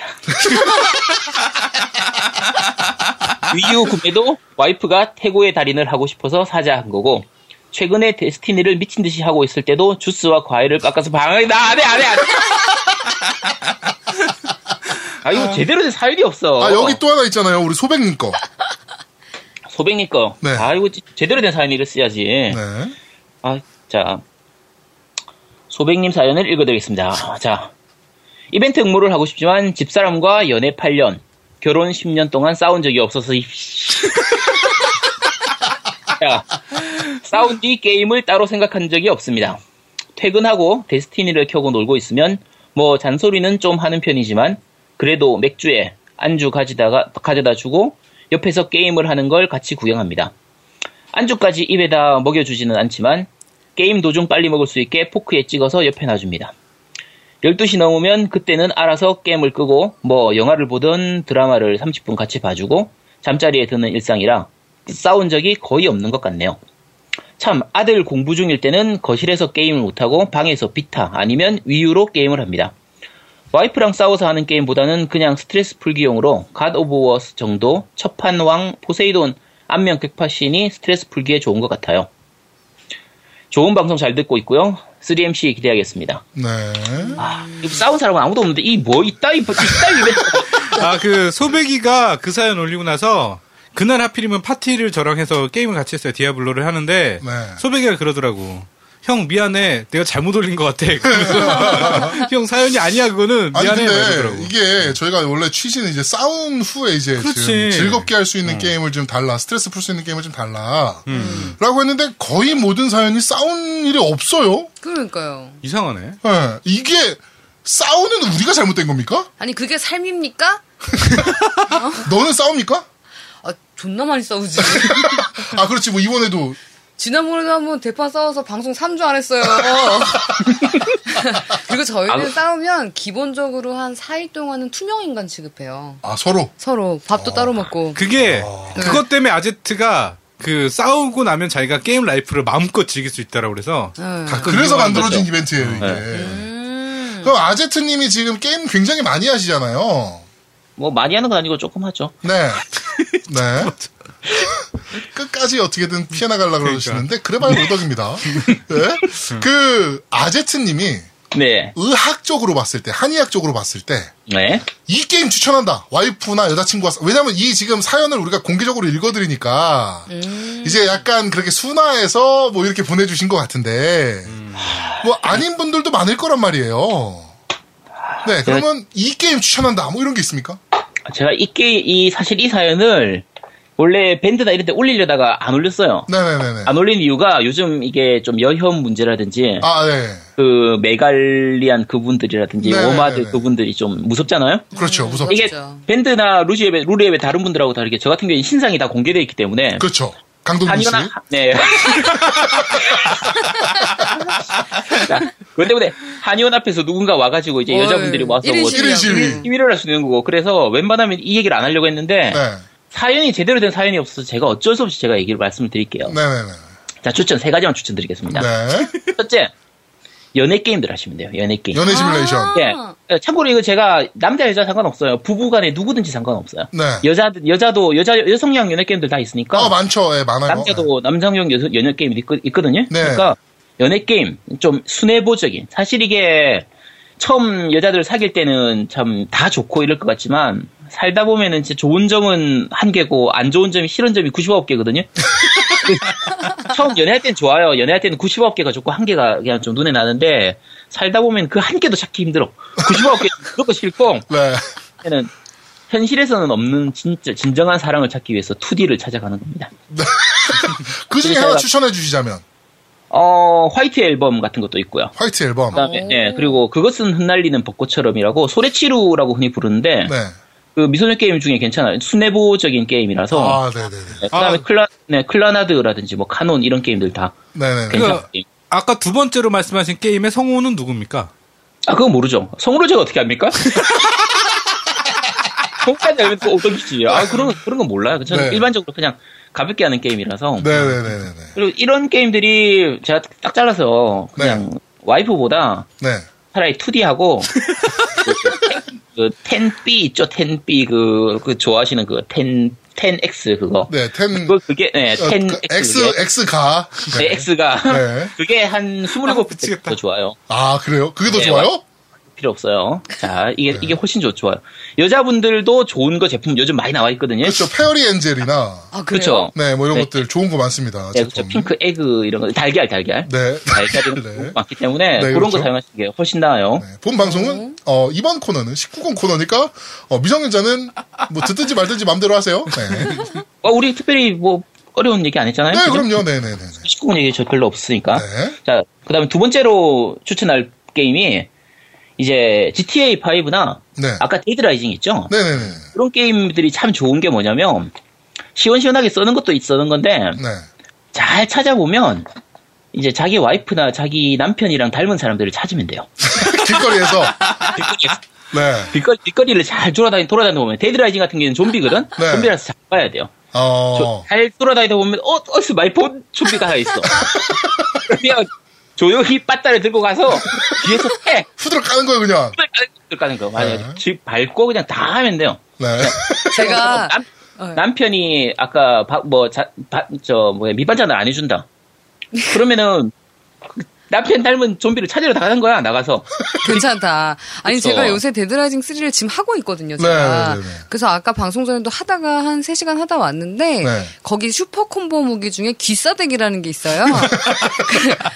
E: 위유 구매도 와이프가 태고의 달인을 하고 싶어서 사자 한 거고 최근에 데스티니를 미친 듯이 하고 있을 때도 주스와 과일을 깎아서 방황이 나안해 안해 안해. 아 이거 제대로 된 사연이 없어.
A: 아, 여기 또 하나 있잖아요. 우리 소백님 거.
E: 소백님 거.
A: 네.
E: 아 이거 지- 제대로 된 사연이를 써야지.
A: 네.
E: 아, 자. 소백님 사연을 읽어드리겠습니다. 자. 이벤트 응모를 하고 싶지만 집사람과 연애 8년, 결혼 10년 동안 싸운 적이 없어서, 이 자. 싸운 뒤 게임을 따로 생각한 적이 없습니다. 퇴근하고 데스티니를 켜고 놀고 있으면 뭐 잔소리는 좀 하는 편이지만 그래도 맥주에 안주 가져다가 가져다 주고 옆에서 게임을 하는 걸 같이 구경합니다. 안주까지 입에다 먹여주지는 않지만 게임 도중 빨리 먹을 수 있게 포크에 찍어서 옆에 놔줍니다. 12시 넘으면 그때는 알아서 게임을 끄고 뭐 영화를 보던 드라마를 30분 같이 봐주고 잠자리에 드는 일상이라 싸운 적이 거의 없는 것 같네요. 참 아들 공부 중일 때는 거실에서 게임을 못하고 방에서 비타 아니면 위유로 게임을 합니다. 와이프랑 싸워서 하는 게임보다는 그냥 스트레스 풀기용으로 갓 오브 워스 정도 첫판왕 포세이돈 안면 극파신이 스트레스 풀기에 좋은 것 같아요. 좋은 방송 잘 듣고 있고요. 3MC 기대하겠습니다.
A: 네.
E: 아, 이거 싸운 사람은 아무도 없는데 이 뭐 이따위 뭐 이따위 이벤트
C: 아 그 소백이가 그 사연 올리고 나서 그날 하필이면 파티를 저랑 해서 게임을 같이 했어요 디아블로를 하는데
A: 네.
C: 소백이가 그러더라고 형 미안해 내가 잘못 올린 것 같아 그러면서 형 사연이 아니야 그거는
A: 아니,
C: 미안해
A: 근데
C: 그러더라고
A: 이게 저희가 원래 취지는 이제 싸운 후에 이제
C: 그렇지.
A: 지금 즐겁게 할 수 있는 게임을 좀 달라. 스트레스 풀 수 있는 게임을 좀 달라. 라고 했는데 거의 모든 사연이 싸운 일이 없어요.
D: 그러니까요.
C: 이상하네
A: 예. 이게 싸우는 우리가 잘못된 겁니까?
D: 아니 그게 삶입니까?
A: 너는 싸웁니까?
D: 아 존나 많이 싸우지.
A: 아, 그렇지. 뭐 이번에도
D: 지난번에도 한번 대판 싸워서 방송 3주 안 했어요. 그리고 저희는
E: 아,
D: 싸우면 기본적으로 한 4일 동안은 투명 인간 취급해요.
A: 아, 서로
D: 서로 밥도
A: 어.
D: 따로 먹고.
C: 그게
A: 아.
C: 그것 때문에 아제트가 그 싸우고 나면 자기가 게임 라이프를 마음껏 즐길 수 있다라고 그래서
D: 네.
C: 가끔 그렇죠.
A: 그래서
C: 이용하는
A: 만들어진
E: 거죠.
A: 이벤트예요, 이게.
E: 네.
D: 음.
A: 그럼 아제트님이 지금 게임 굉장히 많이 하시잖아요.
E: 뭐 많이 하는 건 아니고 조금 하죠.
A: 네. 네. 끝까지 어떻게든 피해나가려고
C: 그러니까. 음.
A: 그러시는데, 그래봐야 오덕입니다. 네. 그, 아제트님이
E: 네,
A: 의학적으로 봤을 때, 한의학적으로 봤을 때,
E: 네,
A: 이 게임 추천한다. 와이프나 여자친구가. 싸- 왜냐면 이 지금 사연을 우리가 공개적으로 읽어드리니까, 이제 약간 그렇게 순화해서 뭐 이렇게 보내주신 것 같은데, 뭐 아닌 분들도 많을 거란 말이에요. 네, 그러면 이 게임 추천한다. 뭐 이런 게 있습니까?
E: 아, 제가 이게 이 사실 이 사연을 원래 밴드나 이런 데 올리려다가 안 올렸어요.
A: 네네네네.
E: 안 올린 이유가 요즘 이게 좀 여혐 문제라든지
A: 아, 네.
E: 그 메갈리안 그분들이라든지
A: 네, 네, 네.
E: 워마드 그분들이 좀 무섭잖아요.
A: 그렇죠. 무섭죠.
E: 이게
D: 맞죠.
E: 밴드나 루시앱의 루리앱의 다른 분들하고 다르게 저 같은 경우에 신상이 다 공개되어 있기 때문에
A: 그렇죠. 강동민 씨.
E: 한이거나 하- 네. 자, 그것 때문에 한의원 앞에서 누군가 와가지고 이제
D: 어이,
E: 여자분들이 와서
D: 일인
E: 뭐
D: 시위야.
A: 일인 시위.
D: 음.
E: 힘을 할 수 있는 거고 그래서 웬만하면 이 얘기를 안 하려고 했는데
A: 네.
E: 사연이 제대로 된 사연이 없어서 제가 어쩔 수 없이 제가 얘기를 말씀을 드릴게요.
A: 네네네.
E: 자 추천 세 가지만 추천드리겠습니다.
A: 네.
E: 첫째 연애 게임들 하시면 돼요. 연애 게임.
A: 연애 시뮬레이션.
E: 예. 참고로 이거 제가 남자 여자 상관없어요. 부부간에 누구든지 상관없어요.
A: 네.
E: 여자 여자도 여자 여성향 연애 게임들 다 있으니까
A: 아, 많죠. 예, 많아요.
E: 남자도 남성용 여- 연애 게임이 있- 있거든요.
A: 네.
E: 그러니까 연애 게임 좀 순애보적인 사실 이게 처음 여자들 사귈 때는 참 다 좋고 이럴 것 같지만 살다 보면은 진짜 좋은 점은 한 개고 안 좋은 점이 싫은 점이 99개거든요. 처음 연애할 땐 좋아요. 연애할 때는 99개가 좋고 한 개가 그냥 좀 눈에 나는데 살다 보면 그 한 개도 찾기 힘들어. 99개 그것도 싫고
A: 네.
E: 는 현실에서는 없는 진짜 진정한 사랑을 찾기 위해서 2D를 찾아가는 겁니다.
A: 그 중에
E: 그래서
A: 하나
E: 제가-
A: 추천해 주시자면
E: 어, 화이트 앨범 같은 것도 있고요.
A: 화이트 앨범.
E: 그다음에
D: 오.
E: 예, 그리고 그것은 흩날리는 벚꽃처럼이라고 소래치루라고 흔히 부르는데
A: 네.
E: 그 미소년 게임 중에 괜찮아요. 순애보적인 게임이라서
A: 아, 네네네.
E: 네, 그다음에
C: 아.
E: 클라 네, 클라나드라든지 뭐 카논 이런 게임들 다
A: 네네네.
E: 괜찮아요.
C: 그러니까 아까 두 번째로 말씀하신 게임의 성우는 누굽니까?
E: 아 그거 모르죠. 성우를 제가 어떻게 합니까? 성까지 알면 또 어떨지. 아 그런 그런 건 몰라요. 저는
A: 네.
E: 일반적으로 그냥 가볍게 하는 게임이라서
A: 네네네네.
E: 그리고 이런 게임들이 제가 딱 잘라서 그냥 와이프보다
A: 네.
E: 차라리 2D하고 그 10B 있죠? 10B 그, 그 좋아하시는 그 10, 10X 그거.
A: 네, 텐,
E: 그거 그게 네,
A: 어,
E: 10X.
A: 그 X, X가.
E: 예? 네, X가
A: 네.
E: 그게 한
C: 미치겠다.
E: 27번 더 좋아요.
A: 아, 그래요? 그게 더
E: 네,
A: 좋아요?
E: 필요 없어요. 자, 이게
A: 네.
E: 이게 훨씬 좋, 좋아요. 여자분들도 좋은 거 제품 요즘 많이 나와 있거든요.
A: 그렇죠. 페어리 엔젤이나,
D: 아, 그래요?
E: 그렇죠.
A: 네, 뭐 이런
E: 예? 네.
A: 것들 좋은 거 많습니다.
E: 네, 그렇죠.
A: 제품.
E: 핑크 에그 이런 거 달걀 달걀.
A: 네.
E: 달걀이
A: 네.
E: 네. 많기 때문에
A: 네,
E: 그런
A: 그렇죠.
E: 거 사용하시는 게 훨씬 나아요.
A: 네, 본 방송은, 어, 이번 코너는 19금 코너니까, 어, 미성년자는 뭐 듣든지 말든지 마음대로 하세요. 네.
E: 어, 우리 특별히 뭐 어려운 얘기 안 했잖아요.
A: 네,
E: 그죠?
A: 그럼요. 네네네.
E: 19분 얘기 저 별로 없으니까.
A: 네.
E: 자, 그다음에 두 번째로 추천할 게임이 이제 GTA 5나
A: 네.
E: 아까 데드 라이징 있죠?
A: 네네네.
E: 그런 게임들이 참 좋은 게 뭐냐면 시원시원하게 써는 것도 있어는 건데
A: 네.
E: 잘 찾아보면 이제 자기 와이프나 자기 남편이랑 닮은 사람들을 찾으면 돼요.
A: 길거리에서. 네.
E: 길거리, 길거리를 잘 돌아다니, 돌아다니다 보면, 데드라이징 같은 경우는 좀비거든?
A: 네.
E: 좀비라서 잘 봐야 돼요. 저-
A: 어.
E: 잘 돌아다니다 보면, 어, 어디서 마이폰 좀비가 하나 있어. 그냥 조용히 빠따를 들고 가서, 뒤에서 패!
A: 후드로 까는 거예요, 그냥.
E: 들까는 거.
A: 네.
E: 맞아요. 집 밟고 그냥 다 하면 돼요.
A: 네.
D: 제가
E: 남,
D: 네.
E: 남편이 아까 밥, 뭐, 자, 밥, 저, 뭐야, 밑반찬을 안 해준다. 그러면은, 그 남편 닮은 좀비를 찾으러 나가는 거야, 나가서.
D: 괜찮다. 아니
E: 그쵸.
D: 제가 요새 데드라이징 3를 지금 하고 있거든요.
A: 네,
D: 제가.
A: 네, 네, 네.
D: 그래서 아까 방송 전에도 하다가 한 3시간 하다 왔는데
A: 네.
D: 거기 슈퍼 콤보 무기 중에 귀싸대기라는 게 있어요. 그,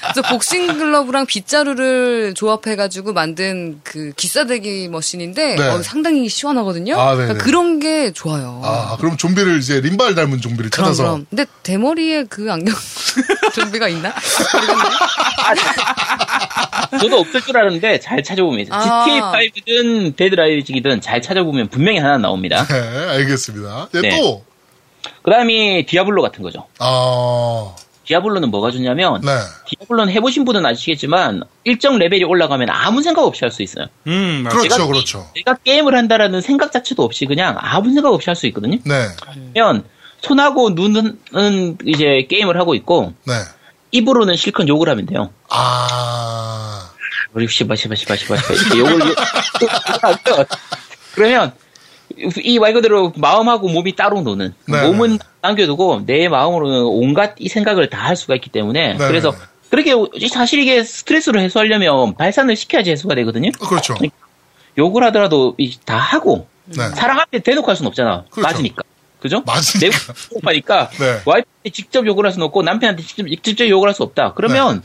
D: 그래서 복싱 글러브랑 빗자루를 조합해 가지고 만든 그 귀싸대기 머신인데
A: 네.
D: 어, 상당히 시원하거든요.
A: 아, 네,
D: 그러니까
A: 네.
D: 그런 게 좋아요.
A: 아, 그럼 좀비를 이제 림발 닮은 좀비를
D: 그럼
A: 찾아서.
D: 그럼. 근데 대머리에 그 안경 좀비가 있나?
E: 저도 없을 줄 알았는데, 잘 찾아보면,
D: 아.
E: GTA5든 데드라이징이든 잘 찾아보면 분명히 하나 나옵니다.
A: 네, 알겠습니다. 예,
E: 네.
A: 또.
E: 그 다음이 디아블로 같은 거죠.
A: 아,
E: 디아블로는 뭐가 좋냐면,
A: 네.
E: 디아블로는 해보신 분은 아시겠지만, 일정 레벨이 올라가면 아무 생각 없이 할 수 있어요.
C: 음, 맞아.
A: 그렇죠,
E: 제가-
A: 그렇죠.
E: 내가 게임을 한다라는 생각 자체도 없이 그냥 아무 생각 없이 할 수 있거든요.
A: 네,
E: 그러면 손하고 눈은 이제 게임을 하고 있고
A: 네.
E: 입으로는 실컷 욕을 하면 돼요.
A: 아,
E: 우리 씨발 씨발 씨발 씨발 씨발 이렇게 욕을 하면 그러면 이 말 그대로 마음하고 몸이 따로 노는
A: 네, 네.
E: 몸은 남겨두고 내 마음으로는 온갖 이 생각을 다 할 수가 있기 때문에
A: 네,
E: 그래서
A: 네, 네.
E: 그렇게 사실 이게 스트레스를 해소하려면 발산을 시켜야지 해소가 되거든요.
A: 어, 그렇죠.
E: 욕을 하더라도 이- 다 하고
A: 네.
E: 사랑한테 대놓고 할 수는 없잖아.
A: 그렇죠.
E: 맞으니까. 그죠?
A: 맞으니까.
E: 내가 욕하니까
A: 네.
E: 와이프한테 직접 욕을 할 수는 없고 남편한테 직접, 직접 욕을 할 수 없다. 그러면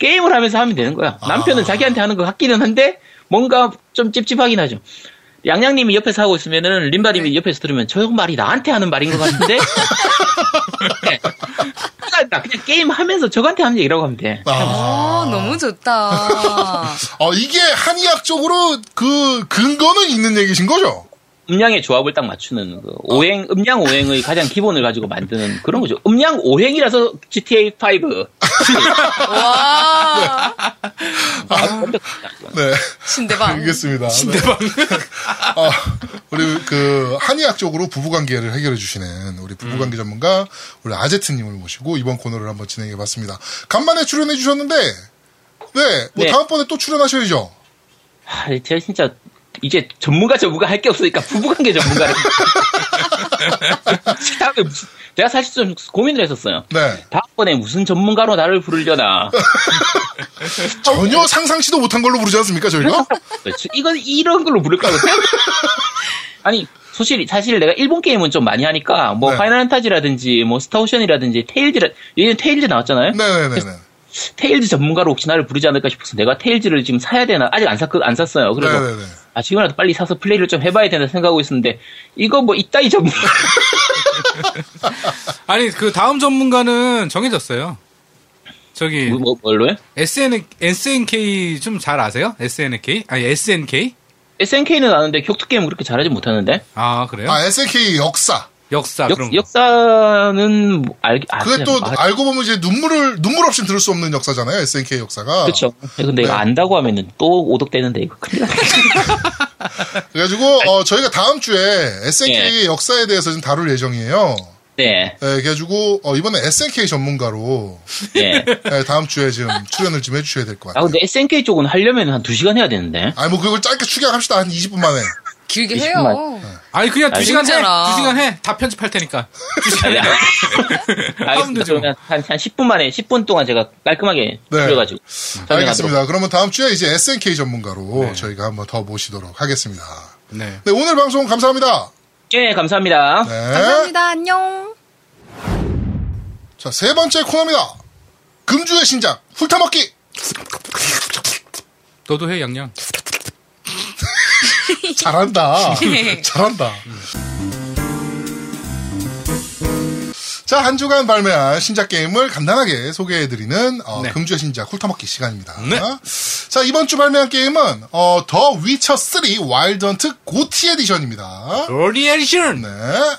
E: 게임을 하면서 하면 되는 거야. 남편은
A: 네. 아.
E: 자기한테 하는 것 같기는 한데 뭔가 좀 찝찝하긴 하죠. 양양님이 옆에서 하고 있으면은 림바님이
A: 네.
E: 옆에서 들으면 저 말이 나한테 하는 말인 것 같은데 네. 나 그냥 게임 하면서 저한테 하는 얘기라고 하면 돼.
A: 아,
D: 아, 너무 좋다.
A: 어, 이게 한의학적으로 그 근거는 있는 얘기신 거죠?
E: 음량의 조합을 딱 맞추는
A: 아.
E: 그 오행 음량 오행의 가장 기본을 가지고 만드는 그런 거죠. 음량 오행이라서 GTA 5
A: 아.
D: 와.
E: 아,
A: 네,
D: 신대방.
A: 알겠습니다. 신대방. 아, 우리 그 한의학적으로 부부관계를 해결해 주시는 우리 부부관계 전문가 우리 아제트님을 모시고 이번 코너를 한번 진행해 봤습니다. 간만에 출연해 주셨는데, 네, 어, 뭐
E: 네.
A: 다음번에 또 출연하셔야죠.
E: 아, 제가 진짜 이제 전문가 전문가 할 게 없으니까 부부관계 전문가를. 다음에 무슨- 내가 사실 좀 고민을 했었어요.
A: 네.
E: 다음번에 무슨 전문가로 나를 부르려나.
A: 전혀 상상치도 못한 걸로 부르지 않습니까, 저희가?
E: 그렇죠. 이건 이런 걸로 부를까고 생각. 아니 사실 사실 내가 일본 게임은 좀 많이 하니까 뭐
A: 네.
E: 파이널 한타지라든지 뭐 스타오션이라든지 테일즈라 예전 테일즈 나왔잖아요.
A: 네네네네.
E: 테일즈 전문가로 혹시 나를 부르지 않을까 싶어서 내가 테일즈를 지금 사야 되나 아직 안, 샀, 안 샀어요. 그래서
A: 네네네.
E: 아 지금이라도 빨리 사서 플레이를 좀 해봐야 되나 생각하고 있었는데 이거 뭐 이따위 전문
C: 아니, 그 다음 전문가는 정해졌어요. 저기,
E: 뭐, 뭘로요?
C: SN, SNK 좀 잘 아세요? SNK? 아니, SNK?
E: SNK는 아는데 격투 게임 그렇게 잘하지 못하는데
C: 아, 그래요?
A: 아, SNK 역사.
C: 역사, 그런
E: 역,
C: 거.
E: 역사는 뭐 알, 아,
A: 아, 그게 또
E: 아,
A: 알고 보면 이제 눈물을 눈물 없이 들을 수 없는 역사잖아요. SNK 역사가.
E: 그렇죠. 근데
A: 네.
E: 이거 안다고 하면은 또 오덕되는데 이거 큰일 나.
A: 그래가지고 어, 저희가 다음 주에 SNK 의 역사에 대해서 좀 다룰 예정이에요.
E: 네.
A: 네, 그래가지고 어, 이번에 SNK 전문가로
E: 네.
A: 네, 다음 주에 지금 출연을 좀 해주셔야 될 것
E: 아
A: 같아요. 아,
E: 근데 SNK 쪽은 하려면 한 2시간 해야 되는데.
A: 아니 뭐 그걸 짧게 축약합시다 한 20분 만에.
D: 길게
E: 20분
D: 해요.
C: 아니 그냥 두 시간 해.
D: 진짜라.
C: 두 시간 해. 다 편집할 테니까. 두 시간 해.
E: 아니,
C: 하면
E: 알겠습니다.
C: 되죠.
E: 그러면 한, 한 10분 만에, 10분 동안 제가 깔끔하게
A: 네.
E: 줄여가지고. 설명하도록.
A: 알겠습니다. 그러면 다음 주에 이제 SNK 전문가로 저희가 한번 더 모시도록 하겠습니다.
C: 네.
A: 네, 오늘 방송 감사합니다.
E: 예, 감사합니다.
A: 네.
D: 감사합니다. 안녕.
A: 자, 세 번째 코너입니다. 금주의 신작, 훑어먹기!
C: 너도 해 양양.
A: 잘한다. 잘한다. 자, 한 주간 발매한 신작 게임을 간단하게 소개해드리는 어,
C: 네.
A: 금주의 신작 훑어먹기 시간입니다.
C: 네.
A: 자, 이번 주 발매한 게임은 어, 더 위쳐 3 와일드 헌트 고티 에디션입니다.
C: 로리 에디션.
A: 네,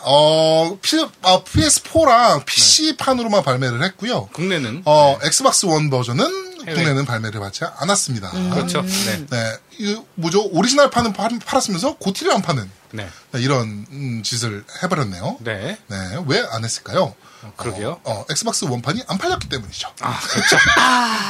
A: 어, 피,
C: 네.
A: PS4랑 PC판으로만 발매를 했고요.
C: 국내는
A: 어, 엑스박스 원 버전은
C: 네. 해외.
A: 국내는 발매를 받지 않았습니다.
C: 그렇죠. 네.
A: 네, 이 뭐죠? 오리지널 판은 팔, 팔았으면서 고티를 안 파는
C: 네.
A: 네, 이런 음, 짓을 해버렸네요. 네,
C: 네.
A: 왜 안 했을까요?
C: 그러게요.
A: 어, 엑스박스 원판이 안 팔렸기 때문이죠.
C: 아, 그렇죠.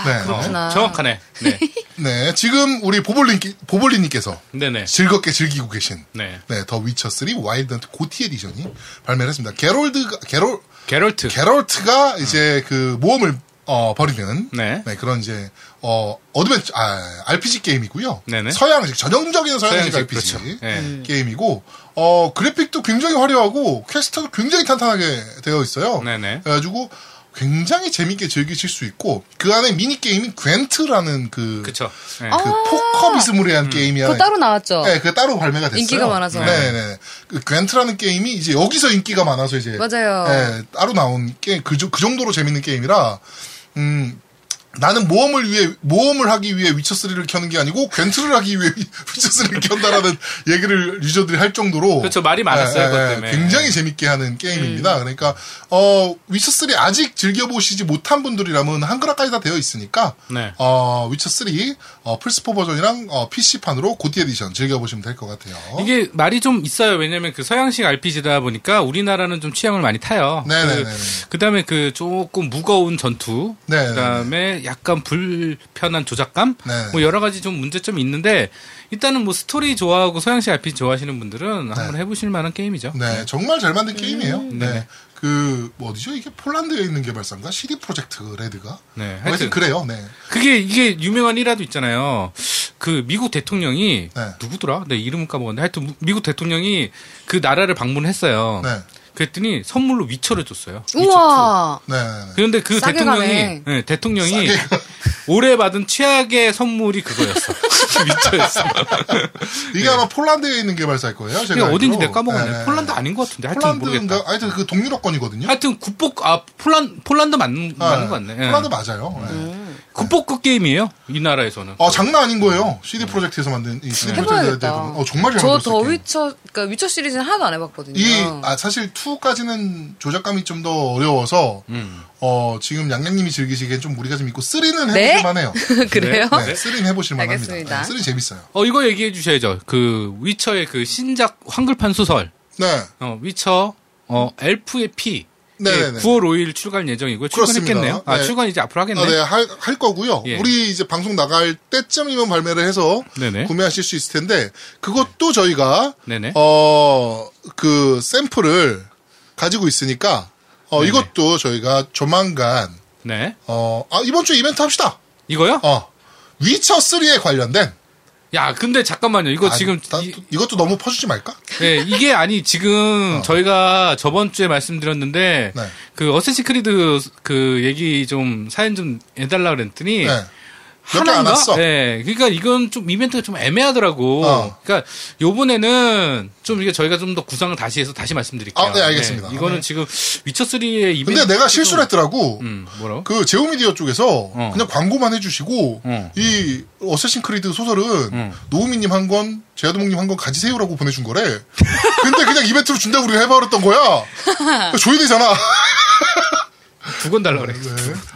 A: 네,
C: 어,
A: 네.
C: 정확하네. 네.
A: 네, 지금 우리 보볼린 보볼린님께서
C: 네네.
A: 즐겁게 즐기고 계신
C: 네.
A: 네, 더 위쳐 3 와일드 헌트 고티 에디션이 발매를 했습니다. 게롤드가 게롤
C: 게롤트.
A: 게롤트가 이제 그 모험을 어, 벌이는
C: 음. 네.
A: 그런 이제 어 어드벤처 아, RPG 게임이고요.
C: 네네.
A: 서양식 전형적인 서양식,
C: 서양식,
A: RPG
C: 그렇죠. 네.
D: 음.
A: 게임이고 어 그래픽도 굉장히 화려하고 퀘스트도 굉장히 탄탄하게 되어 있어요.
C: 네네.
A: 그래가지고 굉장히 재밌게 즐기실 수 있고 그 안에 미니 게임인 괜트라는 그,
C: 그렇죠. 네.
A: 그 포커 미스무리한
C: 음.
A: 게임이 하나
D: 아. 그거 따로 나왔죠?
A: 네, 그 따로 발매가 됐어요.
D: 그렇죠. 인기가 많아서.
A: 네, 네. 그 괜트라는 게임이 이제 여기서 인기가 많아서 이제
D: 맞아요.
A: 네, 따로 나온 게임 그, 조- 그 정도로 재밌는 게임이라 음 나는 모험을 위해 모험을 하기 위해 위쳐 3를 켜는 게 아니고 괜트를 하기 위해 위쳐 3를 켠다라는 얘기를 유저들이 할 정도로
C: 그렇죠. 말이 많았어요,
A: 네,
C: 그것
A: 네,
C: 때문에.
A: 굉장히 재밌게 하는
D: 음.
A: 게임입니다. 그러니까 어 위쳐 3 아직 즐겨 보시지 못한 분들이라면 한글화까지 다 되어 있으니까
C: 네.
A: 어, 위쳐 3 어, 플스4 버전이랑 PC 판으로 고티 에디션 즐겨 보시면 될 것 같아요.
C: 이게 말이 좀 있어요. 왜냐면 그 서양식 RPG다 보니까 우리나라는 좀 취향을 많이 타요.
A: 네네네네.
C: 그, 그다음에 그 조금 무거운 전투,
A: 네네네.
C: 그다음에 약간 불편한 조작감,
A: 네네.
C: 뭐 여러 가지 좀 문제점이 있는데 일단은 뭐 스토리 좋아하고 서양식 RPG 좋아하시는 분들은 한번 해보실 만한 게임이죠.
A: 네, 정말 잘 만든 게임이에요.
C: 음.
A: 네. 그, 뭐 어디죠? 이게 폴란드에 있는 개발사인가? CD 프로젝트 레드가?
C: 네,
A: 뭐 하여튼
C: 하여튼.
A: 그래요, 네.
C: 그게 이게 유명한 일화도 있잖아요. 그 미국 대통령이
A: 네.
C: 누구더라? 내 이름은 까먹었는데 하여튼 미국 대통령이 그 나라를 방문했어요.
A: 네.
C: 그랬더니 선물로 위쳐를 줬어요.
D: 우와.
A: 네. 네.
C: 그런데 그
D: 싸게
C: 대통령이
D: 가네.
C: 네, 대통령이 올해 받은 최악의 선물이 그거였어. 미쳐였어.
A: 이게 아마 폴란드에 있는 개발사일 거예요.
C: 네. 이게
A: 제가
C: 어딘지
A: 알기로.
C: 내가 까먹었네.
A: 네, 네.
C: 폴란드 아닌 것 같은데 하여튼
A: 폴란드인가?
C: 모르겠다.
A: 하여튼 그 동유럽권이거든요.
C: 하여튼 국복 아 폴란 폴란드 맞는 맞는 것 같네. 음. 예.
A: 폴란드 맞아요. 네.
C: 국복급 게임이에요 이 나라에서는.
A: 아, 장난 아닌 거예요. CD 프로젝트에서 만든
C: 음.
A: 이 네. CD 프로젝트 레드.
D: 해봐야겠다.
A: 어, 정말 잘
D: 저
A: 만들었어요.
D: 더
A: 게임.
D: 위쳐, 그러니까 위쳐 시리즈는 하나도 안 해봤거든요.
A: 이, 아, 사실 2까지는 조작감이 좀 더 어려워서, 어, 지금 양양님이 즐기시기엔 좀 무리가 좀 있고, 3는
D: 네?
A: 해보실만 해요.
D: 그래요?
A: 네, 3는 해보실만 합니다.
D: 알겠습니다.
A: 네, 3 재밌어요.
C: 어 이거 얘기해 주셔야죠. 그 위쳐의 그 신작 한글판 소설.
A: 네.
C: 어 위쳐 어 엘프의 피.
A: 네,
C: 예,
A: 네, 네.
C: 9월 5일 출간 예정이고요.
A: 그렇습니다.
C: 출간했겠네요. 아
A: 네.
C: 출간 이제 앞으로 하겠네.
A: 아, 네, 할, 할 거고요.
C: 예.
A: 우리 이제 방송 나갈 때쯤이면 발매를 해서
C: 네네.
A: 구매하실 수 있을 텐데, 그것도 저희가,
C: 네네.
A: 어, 그 샘플을 가지고 있으니까, 어,
C: 네네.
A: 이것도 저희가 조만간,
C: 네.
A: 어, 아, 이번 주에 이벤트 합시다.
C: 이거요?
A: 어, 위쳐3에 관련된,
C: 야 근데 잠깐만요. 이거
A: 아,
C: 지금
A: 다-
C: 이,
A: 이것도 너무 퍼주지 말까?
C: 네, 이게 아니 지금 저희가 저번 주에 말씀드렸는데
A: 어. 네.
C: 그 어쌔신 크리드 그 얘기 좀 사연 좀 해달라 그랬더니
A: 네. 몇개안
C: 하나인가?
A: 왔어.
C: 네, 그러니까 이건 좀 이벤트가 좀 애매하더라고.
A: 어.
C: 그러니까 요번에는 좀 이게 저희가 좀 더 구상을 다시 해서 다시 말씀드릴게요.
A: 아, 네, 알겠습니다.
C: 이거는
A: 네.
C: 지금 위쳐 3의 이벤트.
A: 근데 내가 실수를 했더라고.
C: 음, 뭐라고?
A: 그 제오미디어 쪽에서 그냥 광고만 해주시고
C: 어. 음.
A: 이 어쌔신 크리드 소설은 노우미님 한 권, 제아드몽님 한 권 가지세요라고 보내준 거래. 근데 그냥 이벤트로 준다고 우리가 해버렸던 거야. 그러니까 조인이잖아.
C: 두 권 달라 그래.
A: 네.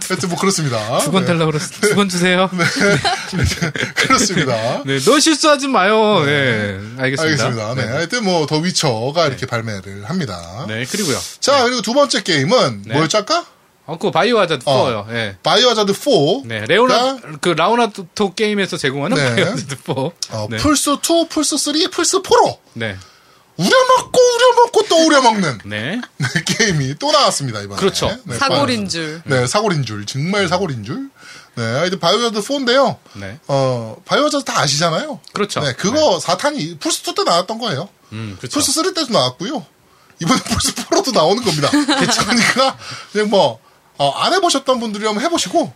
A: 하여튼 뭐 그렇습니다.
C: 두 권
A: 네.
C: 달라 그랬어. 두 권 주세요. 네.
A: 그렇습니다.
C: 너 실수하지 마요. 네. 알겠습니다.
A: 알겠습니다. 네. 하여튼 뭐 더 위쳐가 이렇게 발매를 합니다.
C: 네, 그리고요.
A: 자 그리고 두 번째 게임은
C: 네.
A: 뭐였죠 아까?
C: 어, 그거 바이오 하자드
A: 어.
C: 4요. 예.
A: 바이오하자드 4.
C: 네. 레오나, 그 라우나토 게임에서 제공하는
A: 네.
C: 바이오 하자드 4.
A: 어,
C: 네.
A: 플스 2, 플스 3, 플스 4로
C: 네.
A: 우려먹고 우려먹고 또 우려먹는
C: 네.
A: 네, 게임이 또 나왔습니다 이번에.
C: 그렇죠.
A: 네,
D: 사골인
A: 바이오하자드.
D: 줄.
A: 네, 사골인 줄. 정말 사골인 줄. 네, 하여튼 바이오하자드 4인데요.
C: 네.
A: 어, 바이오하자드 다 아시잖아요.
C: 그렇죠.
A: 네, 그거 사탄이 플스 2 때 나왔던 거예요.
C: 음, 그렇죠.
A: 플스 3 때도 나왔고요. 이번에 플스 4로도 나오는 겁니다. 그러니까 그냥 뭐, 어, 안 해보셨던 분들이 한번 해보시고,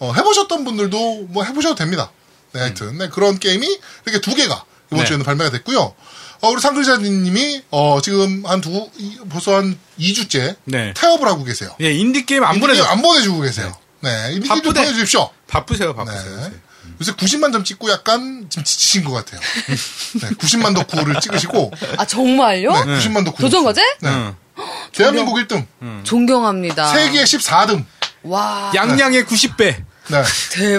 A: 어, 해보셨던 분들도 뭐 해보셔도 됩니다. 네, 하여튼. 네, 그런 게임이 이렇게 두 개가 이번
C: 네.
A: 주에는 발매가 됐고요. 어, 우리 상글자님이, 어, 지금 한 두, 이- 벌써 한 2주째
C: 네.
A: 태업을 하고 계세요.
C: 예, 인디 게임 안 보내죠.
A: 안 보내주고 계세요. 네, 인디 게임 좀
C: 바쁘대. 아,
A: 보내주십시오.
C: 바쁘세요,
A: 네.
C: 바쁘세요. 요새.
A: 요새 90만 점 찍고 약간 지금 지치신 것 같아요. 네, 90만 덕후를 찍으시고
D: 아 정말요?
A: 네, 90만 덕후.
D: 도전 과제?
A: 네.
C: 응.
A: 대한민국 1등,
D: 존경합니다.
A: 세계 14등.
D: 와
C: 양양의 90배.
A: 네.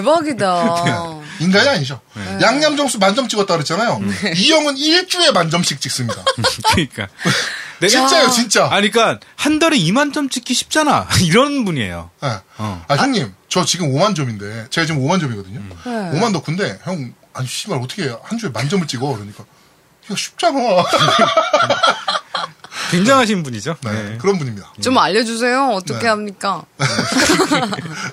D: 대박이다.
A: 인간이 아니죠. 양념 점수 만점 찍었다 그랬잖아요. 이 형은 일주에 만점씩 찍습니다. 네.
C: 그러니까. 내가
A: 진짜요, 진짜.
C: 아, 그러니까 한 달에 2만 점 찍기 쉽잖아. 이런 분이에요.
A: 네.
C: 어.
A: 아, 형님, 저 지금 5만 점인데, 제가 지금 5만 점이거든요. 5만 덕후인데, 형, 아니, 씨발, 어떻게 한 주에 만점을 찍어? 그러니까. 이거 쉽잖아.
C: 굉장하신 분이죠.
A: 네,
C: 네.
A: 그런 분입니다.
D: 좀 알려주세요. 어떻게
A: 네.
D: 합니까?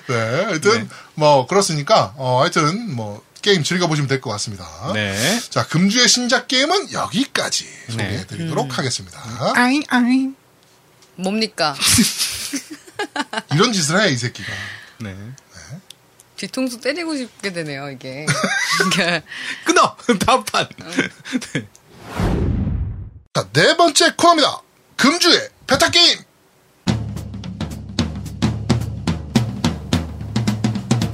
A: 네, 하여튼, 뭐, 그렇으니까, 어, 하여튼, 뭐, 게임 즐겨보시면 될 것 같습니다.
C: 네.
A: 자, 금주의 신작 게임은 여기까지
C: 네.
A: 소개해드리도록 하겠습니다.
C: 아잉, 아잉.
D: 뭡니까?
A: 이런 짓을 해, 이 새끼가.
C: 네.
D: 뒤통수 때리고 싶게 되네요. 이게.
C: 끊어! 다음판! 네.
A: 자, 네 번째 코너입니다. 금주의 베타게임!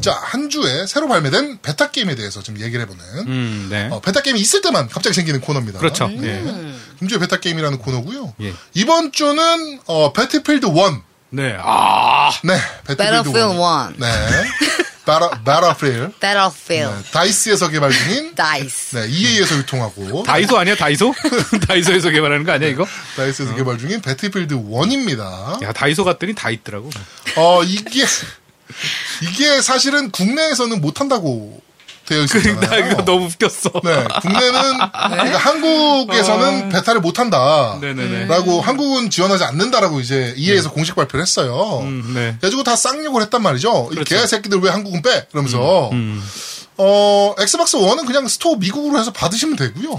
A: 자, 한 주에 새로 발매된 베타게임에 대해서 좀 얘기를 해보는.
C: 음, 네.
A: 어, 베타게임이 있을 때만 갑자기 생기는 코너입니다.
C: 그렇죠.
A: 네.
C: 예.
A: 금주의 베타게임이라는 코너고요
C: 예.
A: 이번 주는, 어, 배틀필드 1.
C: 네. 아.
A: 네, 배틀필드 1.
D: Battlefield 1.
A: 네. 바라, 바라필.
D: Battlefield.
A: 네, 다이스에서 개발 중인
D: Dice.
A: 네, EA에서 유통하고
C: 다이소 아니야, 다이소? 다이소에서 개발하는 거 아니야, 이거?
A: 다이스에서 개발 중인 배틀필드 1입니다.
C: 어. 야, 다이소 갔더니 다 있더라고.
A: 어, 이게 이게 사실은 국내에서는 못 한다고 되어
C: 나
A: 있습니다.
C: 그러니까 이거 너무 웃겼어.
A: 네, 국내는 그러니까 한국에서는 베타를 못 한다.
C: 어. 네네네.
A: 라고 한국은 지원하지 않는다라고 이제 EA에서 공식 발표를 했어요.
C: 음, 네.
A: 그래가지고 다 쌍욕을 했단 말이죠. 이
C: 그렇죠. 음,
A: 개새끼들 왜 한국은 빼? 이러면서 어 엑스박스 1은 그냥 스토어 미국으로 해서 받으시면 되고요.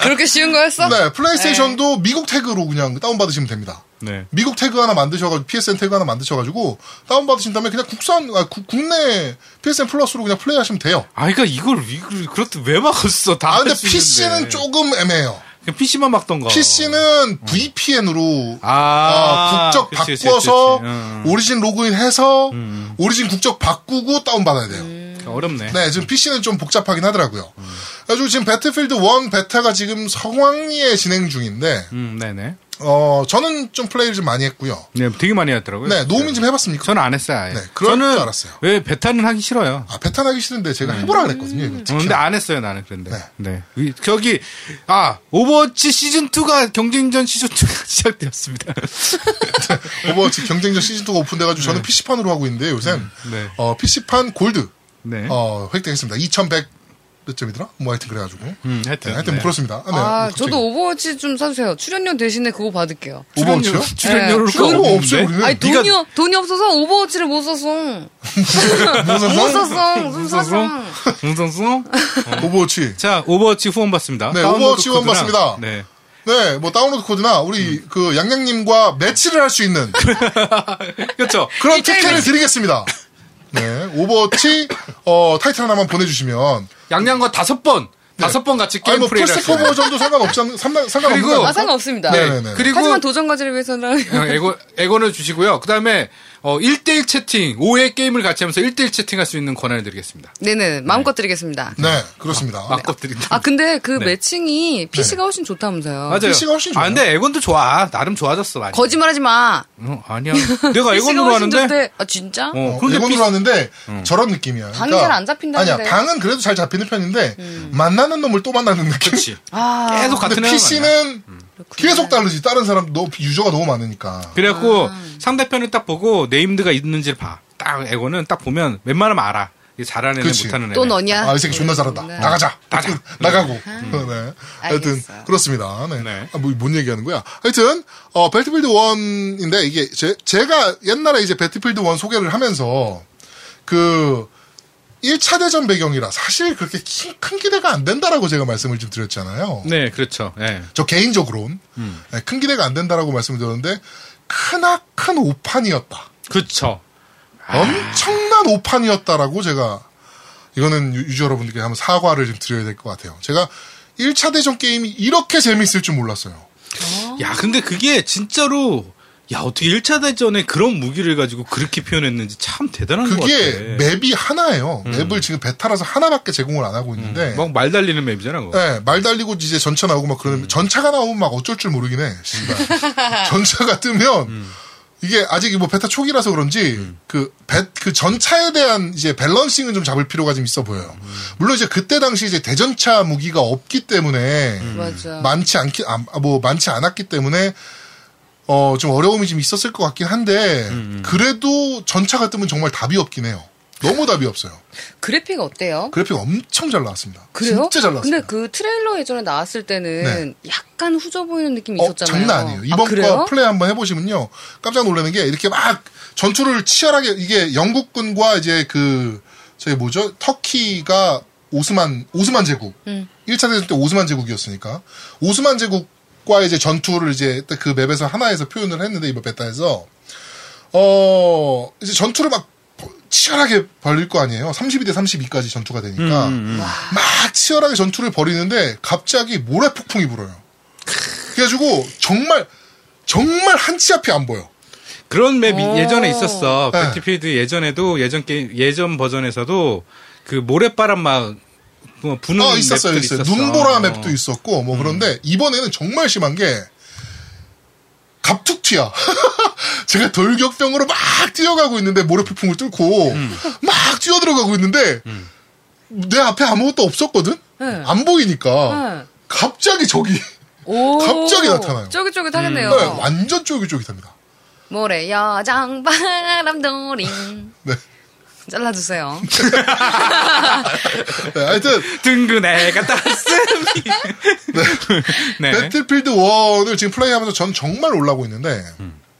D: 그렇게 쉬운 거였어?
A: 네, 플레이스테이션도 미국 태그로 그냥 다운받으시면 됩니다.
C: 네.
A: 미국 태그 하나 만드셔가지고, PSN 태그 하나 만드셔가지고, 다운받으신 다음에 그냥 국산, 아, 구- 국내 PSN 플러스로 그냥 플레이하시면 돼요.
C: 아, 그러니까 이걸, 이걸 그렇게 왜 막았어? 다
A: 아, 근데
C: 할수 있는데.
A: PC는 조금 애매해요.
C: 그냥 PC만 막던가.
A: PC는 VPN으로,
C: 아,
A: 국적
C: 음. 그치, 그치,
A: 바꿔서,
C: 그치, 그치. 음.
A: 오리진 로그인 해서, 오리진 국적 바꾸고 다운받아야 돼요.
C: 음. 어렵네.
A: 네, 지금 PC는 좀 복잡하긴 하더라고요.
C: 음.
A: 그래가지고 지금 배틀필드 1 베타가 지금 성황리에 진행 중인데,
C: 음, 네네.
A: 어, 저는 좀 플레이를 좀 많이 했고요.
C: 네, 되게 많이 하더라고요.
A: 네, 노우민 좀 해봤습니까?
C: 저는 안 했어요. 아예.
A: 네, 그럴
C: 저는
A: 줄 알았어요.
C: 왜 베타는 하기 싫어요.
A: 아, 배탄하기 싫은데 제가 해보라 그랬거든요. 이거
C: 어,
A: 특히.
C: 근데 안 했어요, 나는 그런데.
A: 네.
C: 네. 위- 저기 아, 오버워치 시즌 2가 경쟁전 시즌 2가 시작되었습니다.
A: 오버워치 경쟁전 시즌2가 오픈돼가지고 저는 PC판으로 하고 있는데 요새
C: 네.
A: 어, PC판 골드
C: 네.
A: 어, 획득했습니다. 2100 몇 점이더라? 뭐 하여튼 그래가지고.
C: 음, 하여튼.
A: 네, 하여튼 뭐
C: 네.
A: 그렇습니다. 아, 네, 뭐
D: 아,
A: 갑자기.
D: 저도 오버워치 좀 사주세요. 출연료 대신에 그거 받을게요.
A: 오버워치요?
C: 출연료를
D: 네.
A: 출연료 없어요, 우리는.
D: 아니, 돈이,
C: 네가-
D: 없- 돈이 없어서 오버워치를 못 샀어.
A: 뭐? 무슨
D: 못
A: 상?
D: 샀어. 좀 샀어.
C: 웅성숭.
A: 오버워치.
C: 자, 오버워치 후원 받습니다.
A: 네,
C: 다운로드
A: 오버워치 후원
C: 코드랑,
A: 받습니다.
C: 네.
A: 네, 뭐 다운로드 코드나
C: 음.
A: 우리 그 양양님과 매치를 할 수 있는
C: 그렇죠.
A: 그런 특혜를 드리겠습니다. 네, 오버워치 어, 타이틀 하나만 보내주시면
C: 양양과 다섯 번 다섯 번 같이
A: 아니
C: 게임
A: 뭐
C: 플레이를
A: 플스 포
C: 하시고.
A: 버전도 상관없지 않, 상관- 상관없는
C: 그리고-
A: 거
D: 아,
A: 아닙니까?
D: 상관없습니다.
A: 네.
C: 네. 그리고
D: 하지만 도전 과제를 위해서는
C: 어, 에고, 에고는 주시고요. 그 다음에, 어, 1대1 채팅, 5회 게임을 같이 하면서 1대1 채팅할 수 있는 권한을 드리겠습니다.
D: 네네 마음껏 드리겠습니다.
A: 네, 그렇습니다.
C: 막겁 드린다.
D: 아 근데 그
C: 네.
D: 매칭이 PC가 훨씬 좋다면서요.
C: 맞아요.
A: PC가 훨씬 좋아요.
C: 아, 근데 에곤도 좋아. 나름 좋아졌어, 많이.
D: 거짓말하지 마.
C: 어, 아니야. 내가
D: PC가
C: 에곤으로
D: 훨씬
C: 하는데.
D: 좋대. 아 진짜?
C: 어,
A: 어,
C: 그런데
A: 일본으로
C: 피-
A: 하는데 저런 느낌이야. 그러니까
D: 방이 잘안 잡힌다는데.
A: 아니야, 방은 그래도 잘 잡히는 편인데 만나는 놈을 또 만나는 느낌.
C: 그렇지.
D: 아
C: 계속 같은
A: 근데
C: 애만
A: PC는
D: 그렇군요.
A: 계속 다르지. 다른 사람 너 유저가 너무 많으니까.
C: 그래갖고
D: 아.
C: 상대편을 딱 보고 네임드가 있는지를 봐. 딱 에고는 딱 보면 웬만하면 알아. 이게 잘하는 애
A: 그치.
C: 못하는 애.
D: 또 너냐?
A: 아, 이 새끼 존나 잘한다.
D: 네.
A: 나가자. 그,
C: 나가자.
A: 나가고. 네. 하여튼,
D: 아. 알겠어요.
A: 그렇습니다. 네.
C: 네.
A: 아, 뭐, 뭔 얘기하는 거야? 하여튼, 어, 배틀필드 1인데, 이게, 제, 제가 옛날에 이제 배틀필드 1 소개를 하면서, 그, 1차 대전 배경이라 사실 그렇게 키- 큰 기대가 안 된다라고 제가 말씀을 좀 드렸잖아요.
C: 네, 그렇죠. 예.
A: 저 개인적으로는.
C: 음.
A: 네, 큰 기대가 안 된다라고 말씀을 드렸는데, 크나큰 오판이었다.
C: 그렇죠.
A: 엄청난 오판이었다라고 제가 이거는 유- 유저 여러분들께 한번 사과를 좀 드려야 될 것 같아요. 제가 1차 대전 게임이 이렇게 재밌을 줄 몰랐어요.
C: 야, 근데 그게 진짜로 야, 어떻게 1차 대전에 그런 무기를 가지고 그렇게 표현했는지 참 대단한 것 같아. 음.
A: 그게 맵이 하나예요. 맵을 지금 베타라서 하나밖에 제공을 안 하고 있는데
C: 막 말 달리는 맵이잖아, 그거.
A: 네, 말 달리고 이제 전차 나오고 막 그러는 전차가 나오면 막 어쩔 줄 모르긴 해. 씨발. 전차가 뜨면 이게 아직 뭐 베타 초기라서 그런지 그, 배, 그 전차에 대한 이제 밸런싱은 좀 잡을 필요가 좀 있어 보여요. 물론 이제 그때 당시 이제 대전차 무기가 없기 때문에
D: 맞아.
A: 많지 않기 아, 뭐 많지 않았기 때문에 어 좀 어려움이 좀 있었을 것 같긴 한데 그래도 전차가 뜨면 정말 답이 없긴 해요. 너무 답이 없어요.
D: 그래픽 어때요?
A: 그래픽 엄청 잘 나왔습니다.
D: 그래요?
A: 진짜 잘 나왔어요.
D: 근데 그 트레일러 예전에 나왔을 때는 약간 후져 보이는 느낌이
A: 어,
D: 있었잖아요.
A: 장난 아니에요.
D: 아,
A: 이번
D: 그래요?
A: 거 플레이 한번 해보시면요. 깜짝 놀라는 게 이렇게 막 전투를 치열하게 이게 영국군과 이제 그 저기 뭐죠? 터키가 오스만 오스만 제국.
D: 음.
A: 1차 대전 때 오스만 제국이었으니까 오스만 제국과 이제 전투를 이제 딱그 맵에서 하나에서 표현을 했는데 이번 베타에서 어 이제 전투를 막 치열하게 벌릴 거 아니에요. 32대 32까지 전투가 되니까 막 치열하게 전투를 벌이는데 갑자기 모래 폭풍이 불어요. 그래가지고 정말 정말 한치 앞이 안 보여.
C: 그런 맵이
D: 오.
C: 예전에 있었어.
A: 네.
C: 배틀필드 예전에도 예전 게임 예전 버전에서도 그 모래바람 막 뭐, 부는
A: 아 있었어요,
C: 맵들
A: 있어요.
C: 있었어.
A: 눈보라
C: 어.
A: 맵도 있었고 뭐 그런데 이번에는 정말 심한 게 갑툭튀야. 제가 돌격병으로 막 뛰어가고 있는데 모래폭풍을 뚫고
C: 음.
A: 막 뛰어들어가고 있는데 내 앞에 아무것도 없었거든.
D: 네.
A: 안 보이니까
D: 네.
A: 갑자기 저기
D: 오.
A: 어, 갑자기 나타나요.
D: 쫄깃쫄깃하겠네요.
A: 네, 완전 쫄깃쫄깃합니다.
D: 모래 여장 바람돌이
A: 네.
D: 잘라주세요.
A: 네, 하여튼
C: 둥근애가 땄습니다. 네. 네.
A: 배틀필드 1을 지금 플레이하면서 저는 정말 올라고 있는데,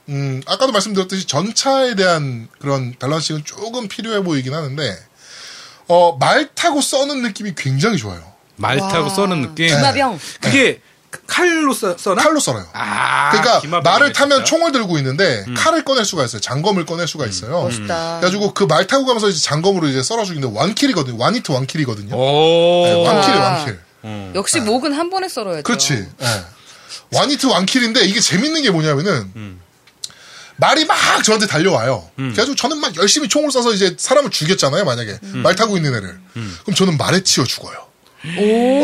A: 음, 아까도 말씀드렸듯이 전차에 대한 그런 밸런싱은 조금 필요해 보이긴 하는데, 어, 말 타고 써는 느낌이 굉장히 좋아요.
C: 말 타고
D: 와.
C: 써는 느낌.
D: 기마병.
C: 네. 그게 칼로 써, 써나?
A: 네. 칼로 썰어요.
C: 아,
A: 그러니까
C: 기마병이네, 음.
A: 말을 타면
C: 진짜.
A: 총을 들고 있는데 칼을 꺼낼 수가 있어요. 장검을 꺼낼 수가
C: 음.
A: 있어요.
D: 멋있다.
A: 그래가지고 그 말 타고 가면서 이제 장검으로 이제 썰어 죽이는데 완킬이거든요. 완히트 완킬이거든요.
C: 오.
A: 네, 완킬이
D: 와.
A: 완킬.
D: 역시 목은 한 번에 썰어야죠.
A: 그렇지. 예. 완히트 완킬인데 이게 재밌는 게 뭐냐면은 말이 막 저한테 달려와요. 그래가지고 저는 막 열심히 총을 쏴서 이제 사람을 죽였잖아요. 만약에 말 타고 있는 애를 그럼 저는 말에 치여 죽어요.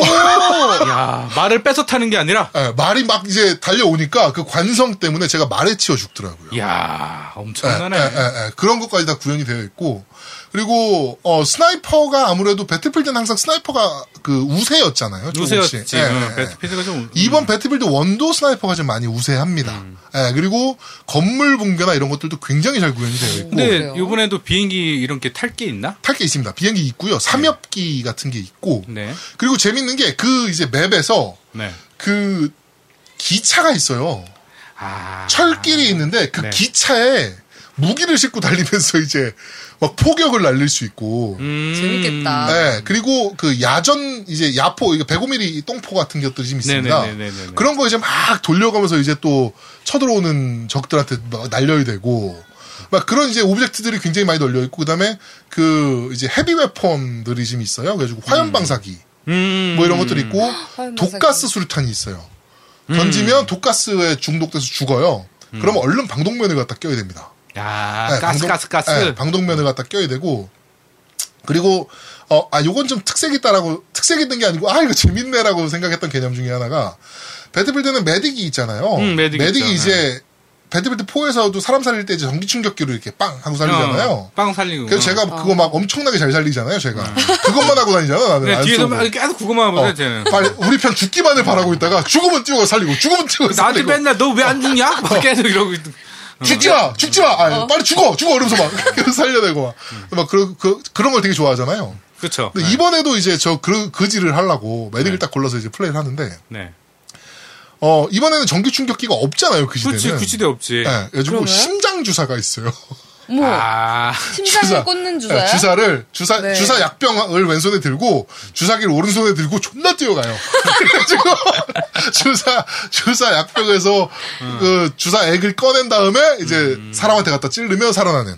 C: 야, 말을 뺏어 타는 게 아니라.
A: 예, 말이 막 이제 달려오니까 그 관성 때문에 제가 말에 치여 죽더라고요.
C: 야,
A: 예,
C: 엄청나네.
A: 예, 예. 그런 것까지 다 구현이 되어 있고 그리고 어, 스나이퍼가 아무래도 배틀필드는 항상 스나이퍼가 그 우세였잖아요. 조금씩.
C: 누세였지.
A: 예,
C: 응,
A: 예, 예.
C: 배트피드가 좀.
A: 이번 배틀필드 원도 스나이퍼가 좀 많이 우세합니다.
C: 음.
A: 예, 그리고 건물 붕괴나 이런 것들도 굉장히 잘 구현이 되어 있고
C: 음. 근데
D: 그래요?
C: 이번에도 비행기 이런 게 탈 게 있나?
A: 탈 게 있습니다. 비행기 있고요. 삼엽기 같은 게 있고
C: 네.
A: 그리고 재밌는 게 그 이제 맵에서
C: 네.
A: 그 기차가 있어요.
C: 아.
A: 철길이 있는데 그
C: 네.
A: 기차에 무기를 싣고 달리면서 이제 막 폭격을 날릴 수 있고
C: 음.
D: 재밌겠다.
A: 네, 그리고 그 야전 이제 야포 이거 105mm 똥포 같은 것들이 좀 있습니다.
C: 네네네네네네.
A: 그런 거 이제 막 돌려가면서 이제 또 쳐들어오는 적들한테 막 날려야 되고 막 그런 이제 오브젝트들이 굉장히 많이 널려 있고 그다음에 그 이제 헤비 웨폰들이 좀 있어요. 그래가지고 화염 방사기
C: 음. 음.
A: 뭐 이런 것들이 있고
D: 방사기.
A: 독가스 수류탄이 있어요. 던지면 독가스에 중독돼서 죽어요. 그러면 얼른 방독면을 갖다 껴야 됩니다.
C: 야,
A: 네,
C: 아, 가스,
A: 방독-
C: 가스, 가스.
A: 네, 방독면을 갖다 껴야 되고 그리고 어, 아 요건 좀 특색 있다라고 특색 있는 게 아니고 아 이거 재밌네라고 생각했던 개념 중에 하나가 배틀필드는 메딕이 있잖아요.
C: 음, 메딕
A: 메딕이
C: 있죠.
A: 이제 배드빌드 4에서도 사람 살릴 때 이제 전기 충격기로 이렇게 빵 하고 살리잖아요.
C: 어, 빵 살리고.
A: 그래서 제가 그거 막 엄청나게 잘 살리잖아요, 제가. 그것만 하고 다니잖아, 나는.
C: 그냥
A: 안
C: 네, 뒤에서
A: 쏘고.
C: 막 계속 그거만 하면
A: 어,
C: 돼, 쟤는.
A: 빨리 우리 편 죽기만을 바라고 있다가 죽으면 뛰어가 살리고 죽으면 뛰어가
C: 나한테
A: 살리고
C: 맨날 너 왜 안 죽냐? 막 계속 이러고 있
A: 죽지 마, 죽지 마, 아니, 빨리 죽어, 죽어 이러면서 막 계속 살려내고 막, 막 그런 그, 그런 걸 되게 좋아하잖아요.
C: 그쵸.
A: 근데 이번에도 이제 저 그, 그지를 하려고 매듭을 딱 골라서 이제 플레이를 하는데
C: 네.
A: 어 이번에는 전기 충격기가 없잖아요 그 시대는.
C: 그치, 그 시대 없지.
A: 예, 그래가지고
D: 그러네.
A: 심장 주사가 있어요.
D: 뭐
C: 아,
D: 심장을 꽂는 주사야?
A: 예, 주사를 주사
D: 네.
A: 주사 약병을 왼손에 들고 주사기를 오른손에 들고 존나 뛰어가요. 그래가지고 주사 주사 약병에서 그 주사 액을 꺼낸 다음에 이제 사람한테 갖다 찌르면 살아나는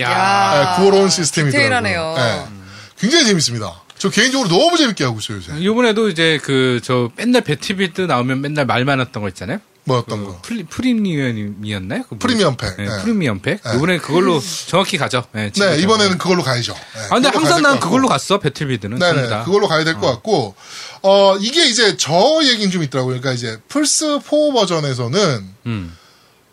C: 야.
D: 아,
A: 예, 그런 시스템이더라고요.
D: 디테일하네요.
A: 예. 굉장히 재밌습니다. 저 개인적으로 너무 재밌게 하고 있어요 요새.
C: 요번에도 이제 그 저 맨날 배틀빌드 나오면 맨날 말 많았던 거 있잖아요.
A: 뭐였던
C: 그
A: 거?
C: 프리, 프리미엄이었나요? 그 뭐지?
A: 프리미엄 팩.
C: 네,
A: 네.
C: 프리미엄 팩. 이번에 그걸로 정확히 가죠. 네, 지금.
A: 네 이번에는 그걸로 가야죠. 네,
C: 아, 근데
A: 그걸로 가야
C: 항상
A: 될것
C: 난
A: 같고.
C: 그걸로 갔어, 배틀빌드는.
A: 네네.
C: 전부 다.
A: 그걸로 가야 될 것 같고, 어, 이게 이제 저 얘기는 좀 있더라고요. 그러니까 이제 플스4 버전에서는,
C: 음.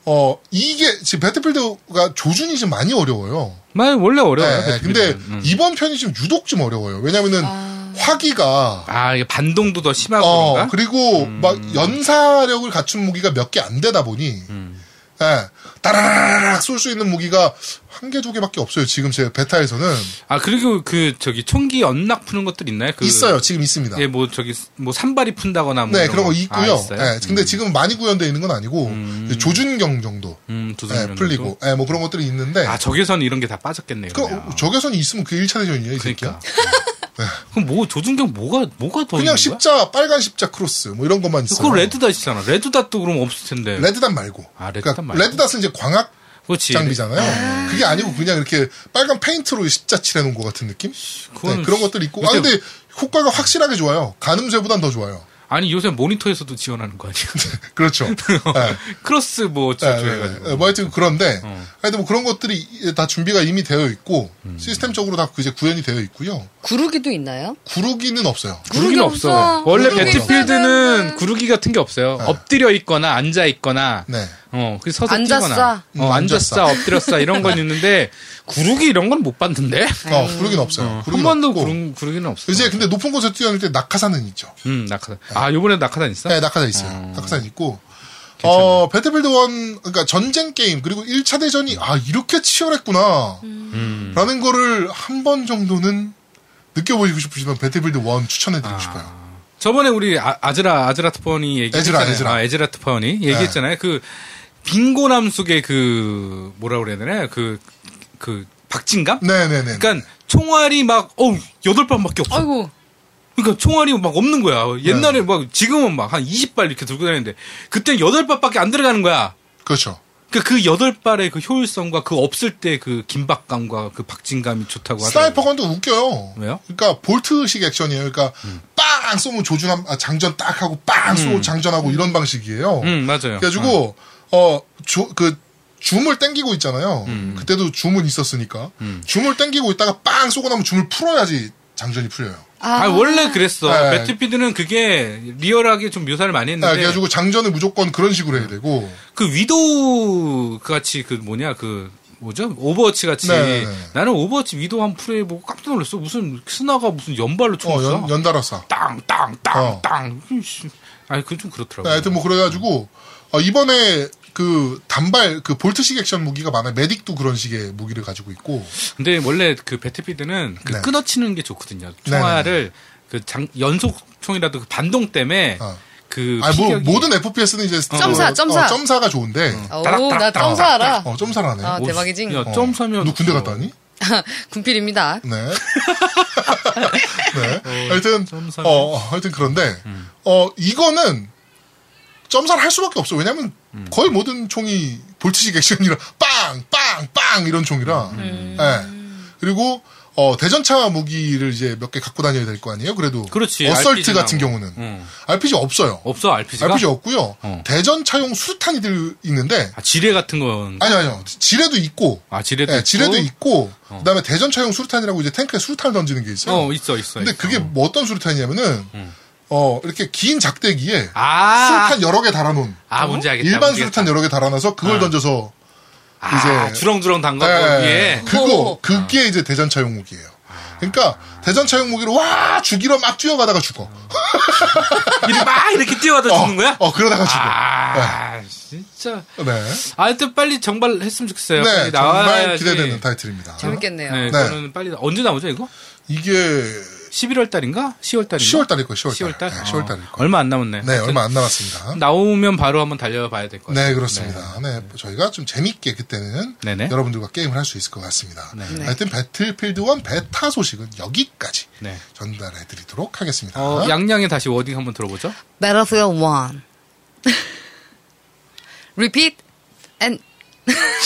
A: 어, 이게 지금 배틀필드가 조준이 좀 많이 어려워요.
C: 만 원래 어려워요.
A: 네, 네. 근데
C: 배틀필드는. 음.
A: 이번 편이 좀 유독 좀 어려워요. 왜냐면은
D: 아.
A: 화기가,
C: 아, 이게 반동도 더 심하고
A: 어,
C: 그런가?
A: 그리고 막 연사력을 갖춘 무기가 몇 개 안 되다 보니,
C: 음.
A: 예, 따라라락 쏠 수 있는 무기가 한 개, 두 개밖에 없어요. 지금 제 베타에서는.
C: 아, 그리고 그 저기 총기 언락 푸는 것들 있나요? 그
A: 있어요. 지금 있습니다.
C: 예, 뭐 저기 뭐 산발이 푼다거나 뭐
A: 네,
C: 이런
A: 그런 거
C: 아,
A: 있고요.
C: 있어요?
A: 예, 근데 지금 많이 구현되어 있는 건 아니고 이제 조준경 정도
C: 음, 두
A: 예, 풀리고 예, 뭐 그런 것들이 있는데
C: 아, 적외선 이런 게 다 빠졌겠네요.
A: 그
C: 그냥.
A: 적외선이 있으면 그게 1차 대전이에요, 이
C: 그러니까.
A: 새끼야. 예.
C: 그럼 뭐 조준경 뭐가 뭐가 더
A: 그냥
C: 있는 거야?
A: 십자, 빨간 십자 크로스 뭐 이런 것만 있어요.
C: 그거 레드닷이잖아. 레드닷도 그럼 없을 텐데.
A: 레드단 말고. 그러니까
C: 아, 레드단 말고?
A: 레드단은 이제 광학
C: 그렇지.
A: 장비잖아요. 그게 아니고 그냥 이렇게 빨간 페인트로 십자 칠해놓은 것 같은 느낌?
C: 그거는
A: 네, 그런 것들 이 있고. 아,
C: 요새-
A: 근데 효과가 확실하게 좋아요. 가늠쇠보단 더 좋아요.
C: 아니 요새 모니터에서도 지원하는 거 아니야?
A: 그렇죠.
C: 어,
A: 네.
C: 크로스 뭐
A: 예, 예,
C: 저해가지고.
A: 예. 뭐 하여튼 그런데
C: 어.
A: 하여튼 뭐 그런 것들이 다 준비가 이미 되어 있고
C: 음.
A: 시스템적으로 다 이제 구현이 되어 있고요.
D: 구르기도 있나요?
A: 구르기는 없어요.
C: 구르기는
D: 구르기
C: 없어.
D: 없어.
C: 원래
A: 구르기
C: 배틀필드는
D: 있으면은.
C: 구르기 같은 게
A: 예.
C: 없어요. 엎드려 있거나 앉아 있거나,
A: 네.
C: 어, 그 서서
D: 앉았어.
C: 뛰거나, 어,
A: 음,
C: 앉았어,
A: 앉았어.
C: 엎드렸어 이런 건 있는데 구르기 이런 건 못 봤는데
A: 어, 구르기는 없어요.
C: 한
A: 구르기는
C: 번도
A: 없고.
C: 구르, 구르기는 없어.
A: 이제 근데 높은 곳에 뛰어다닐 때 낙하산은 있죠.
C: 음, 낙하산. 아, 요번에 낙하산 있어?
A: 네, 낙하산 있어요.
C: 음.
A: 낙하산 있고. 어, 배틀필드 1, 그러니까 전쟁 게임, 그리고 1차 대전이, 아, 이렇게 치열했구나.
C: 음.
A: 라는 거를 한 번 정도는 느껴보시고 싶으시면 배틀필드 1
C: 아.
A: 추천해드리고 싶어요.
C: 저번에 우리 아, 아즈라 아즈라 트파니 얘기했잖아요.
A: 에즈라, 네. 에즈라.
C: 아, 에즈라 트파니 얘기했잖아요. 그 빙고 남숙의 그 뭐라 그래야 되나? 그그 박진감?
A: 음. 네네네.
C: 그러니까 총알이 막 어우 여덟 발밖에 없어.
D: 아이고
C: 그러니까 총알이 막 없는 거야.
A: 네.
C: 옛날에 막 지금은 막 한 20발 이렇게 들고 다니는데 그때 여덟 발밖에 안 들어가는 거야.
A: 그렇죠.
C: 그러니까 그 여덟 발의 그 효율성과 그 없을 때 그 긴박감과 그 박진감이 좋다고 하더라고요.
A: 스나이퍼건도 웃겨요.
C: 왜요? 음.
A: 그러니까 볼트식 액션이에요. 그러니까 빵 쏘면 조준함, 아, 장전 딱 하고 빵 쏘고 장전하고 이런 방식이에요.
C: 음, 맞아요.
A: 그래가지고 어, 조- 그 줌을 땡기고 있잖아요.
C: 음.
A: 그때도 줌은 있었으니까 줌을 땡기고 있다가 빵 쏘고 나면 줌을 풀어야지 장전이 풀려요.
C: 아, 원래 그랬어.
A: 네.
C: 배틀피드는 그게 리얼하게 좀 묘사를 많이
A: 아,
C: 했는데
A: 그래가지고 장전은 무조건 그런 식으로 해야 되고 어,
C: 그 위도우 같이 그 뭐냐 그 뭐죠? 오버워치 같이
A: 네, 네.
C: 나는 오버워치 위도우 한 프레이 보고 깜짝 놀랐어. 무슨 스나가 무슨 연발로
A: 어,
C: 총을
A: 연,
C: 쏴.
A: 연달아 쏴. 어.
C: 땅땅땅땅. 음, 아니 그건 좀
A: 네,
C: 그렇더라고. 요
A: 하여튼 뭐 그래가지고 어, 이번에 그 단발 그 볼트식 액션 무기가 많아요. 메딕도 그런 식의 무기를 가지고 있고
C: 근데 원래 그 배틀피드는 그
A: 네.
C: 끊어치는 게 좋거든요.
A: 네,
C: 총알을 그 장, 연속 총이라도 그 반동 때문에
A: 어.
C: 그
A: 아니 뭐
C: 피격이- 어.
A: 모든 FPS는 이제 어,
D: 점사, 점사.
A: 점사가 좋은데
D: 어나 점사 알아.
A: 어 점사라네.
D: 아,
C: 오,
D: 대박이지.
C: 야, 점 사면
A: 너 군대
C: 어,
A: 갔다 왔니?
D: 군필입니다.
A: 네. 네. 하여튼
C: 점사는- 음.
A: 어, 어, 하여튼 그런데 어 이거는 점사를 할 수밖에 없어. 왜냐면
C: 음.
A: 거의 모든 총이 볼트식 액션이라 빵빵빵 이런 총이라.
C: 음.
A: 네. 그리고 어 대전차 무기를 이제 몇 개 갖고 다녀야 될 거 아니에요? 그래도
C: 그렇지, RPG
A: 어설트
C: 나
A: 같은
C: 뭐.
A: 경우는
C: 음.
A: RPG 없어요.
C: 없어 RPG가.
A: RPG 없고요.
C: 어.
A: 대전차용 수탄이 들 있는데
C: 아, 지뢰 같은 건.
A: 아니 아니요. 지뢰도 있고.
C: 아 지뢰도
A: 예,
C: 있고.
A: 지뢰도 있고. 그다음에 대전차용 수류탄이라고 이제 탱크에 수류탄을 던지는 게 있어요.
C: 어 있어 있어.
A: 근데
C: 있어.
A: 그게 뭐 어떤 수류탄이냐면은 어, 이렇게 긴 작대기에
C: 아,
A: 수류탄 여러 개 달아놓은
C: 아 뭔지 알겠다.
A: 일반
C: 뭔지
A: 수류탄
C: 알겠다.
A: 여러 개 달아놔서 그걸 던져서
C: 아,
A: 이제-
C: 주렁주렁 담가고
A: 예,
C: 위에 어. 아.
A: 그거 그게 이제 대전차용 무기예요. 그러니까 대전차용 무기로 와 죽이러 막 뛰어가다가 죽어.
C: 이렇게 막 이렇게 뛰어가다 죽는 거야?
A: 어 그러다가 죽어.
C: 아, 진짜.
A: 네.
C: 아, 하여튼 빨리 정발했으면 좋겠어요.
A: 네,
C: 빨리 나와야지.
A: 정말 기대되는 타이틀입니다.
D: 재밌겠네요.
C: 네,
A: 네.
C: 저는 빨리 나- 언제 나오죠 이거?
A: 이게
C: 11월 달인가? 10월 달인가?
A: 10월 달일 거예요. 10월
C: 10월
A: 달.
C: 달. 어.
A: 네, 10월 달일 거예요.
C: 얼마 안 남았네.
A: 네,
C: 하여튼
A: 얼마 안 남았습니다.
C: 나오면 바로 한번 달려봐야 될 것 같아요.
A: 네, 그렇습니다. 네, 저희가 좀 재밌게 그때는
C: 네네. 네.
A: 여러분들과 게임을 할 수 있을 것 같습니다. 하여튼 배틀필드 1 베타 소식은 여기까지
C: 네.
A: 전달해 드리도록 하겠습니다.
C: 어, 양양의 다시 워딩 한번 들어보죠.
D: Battlefield 1. Repeat and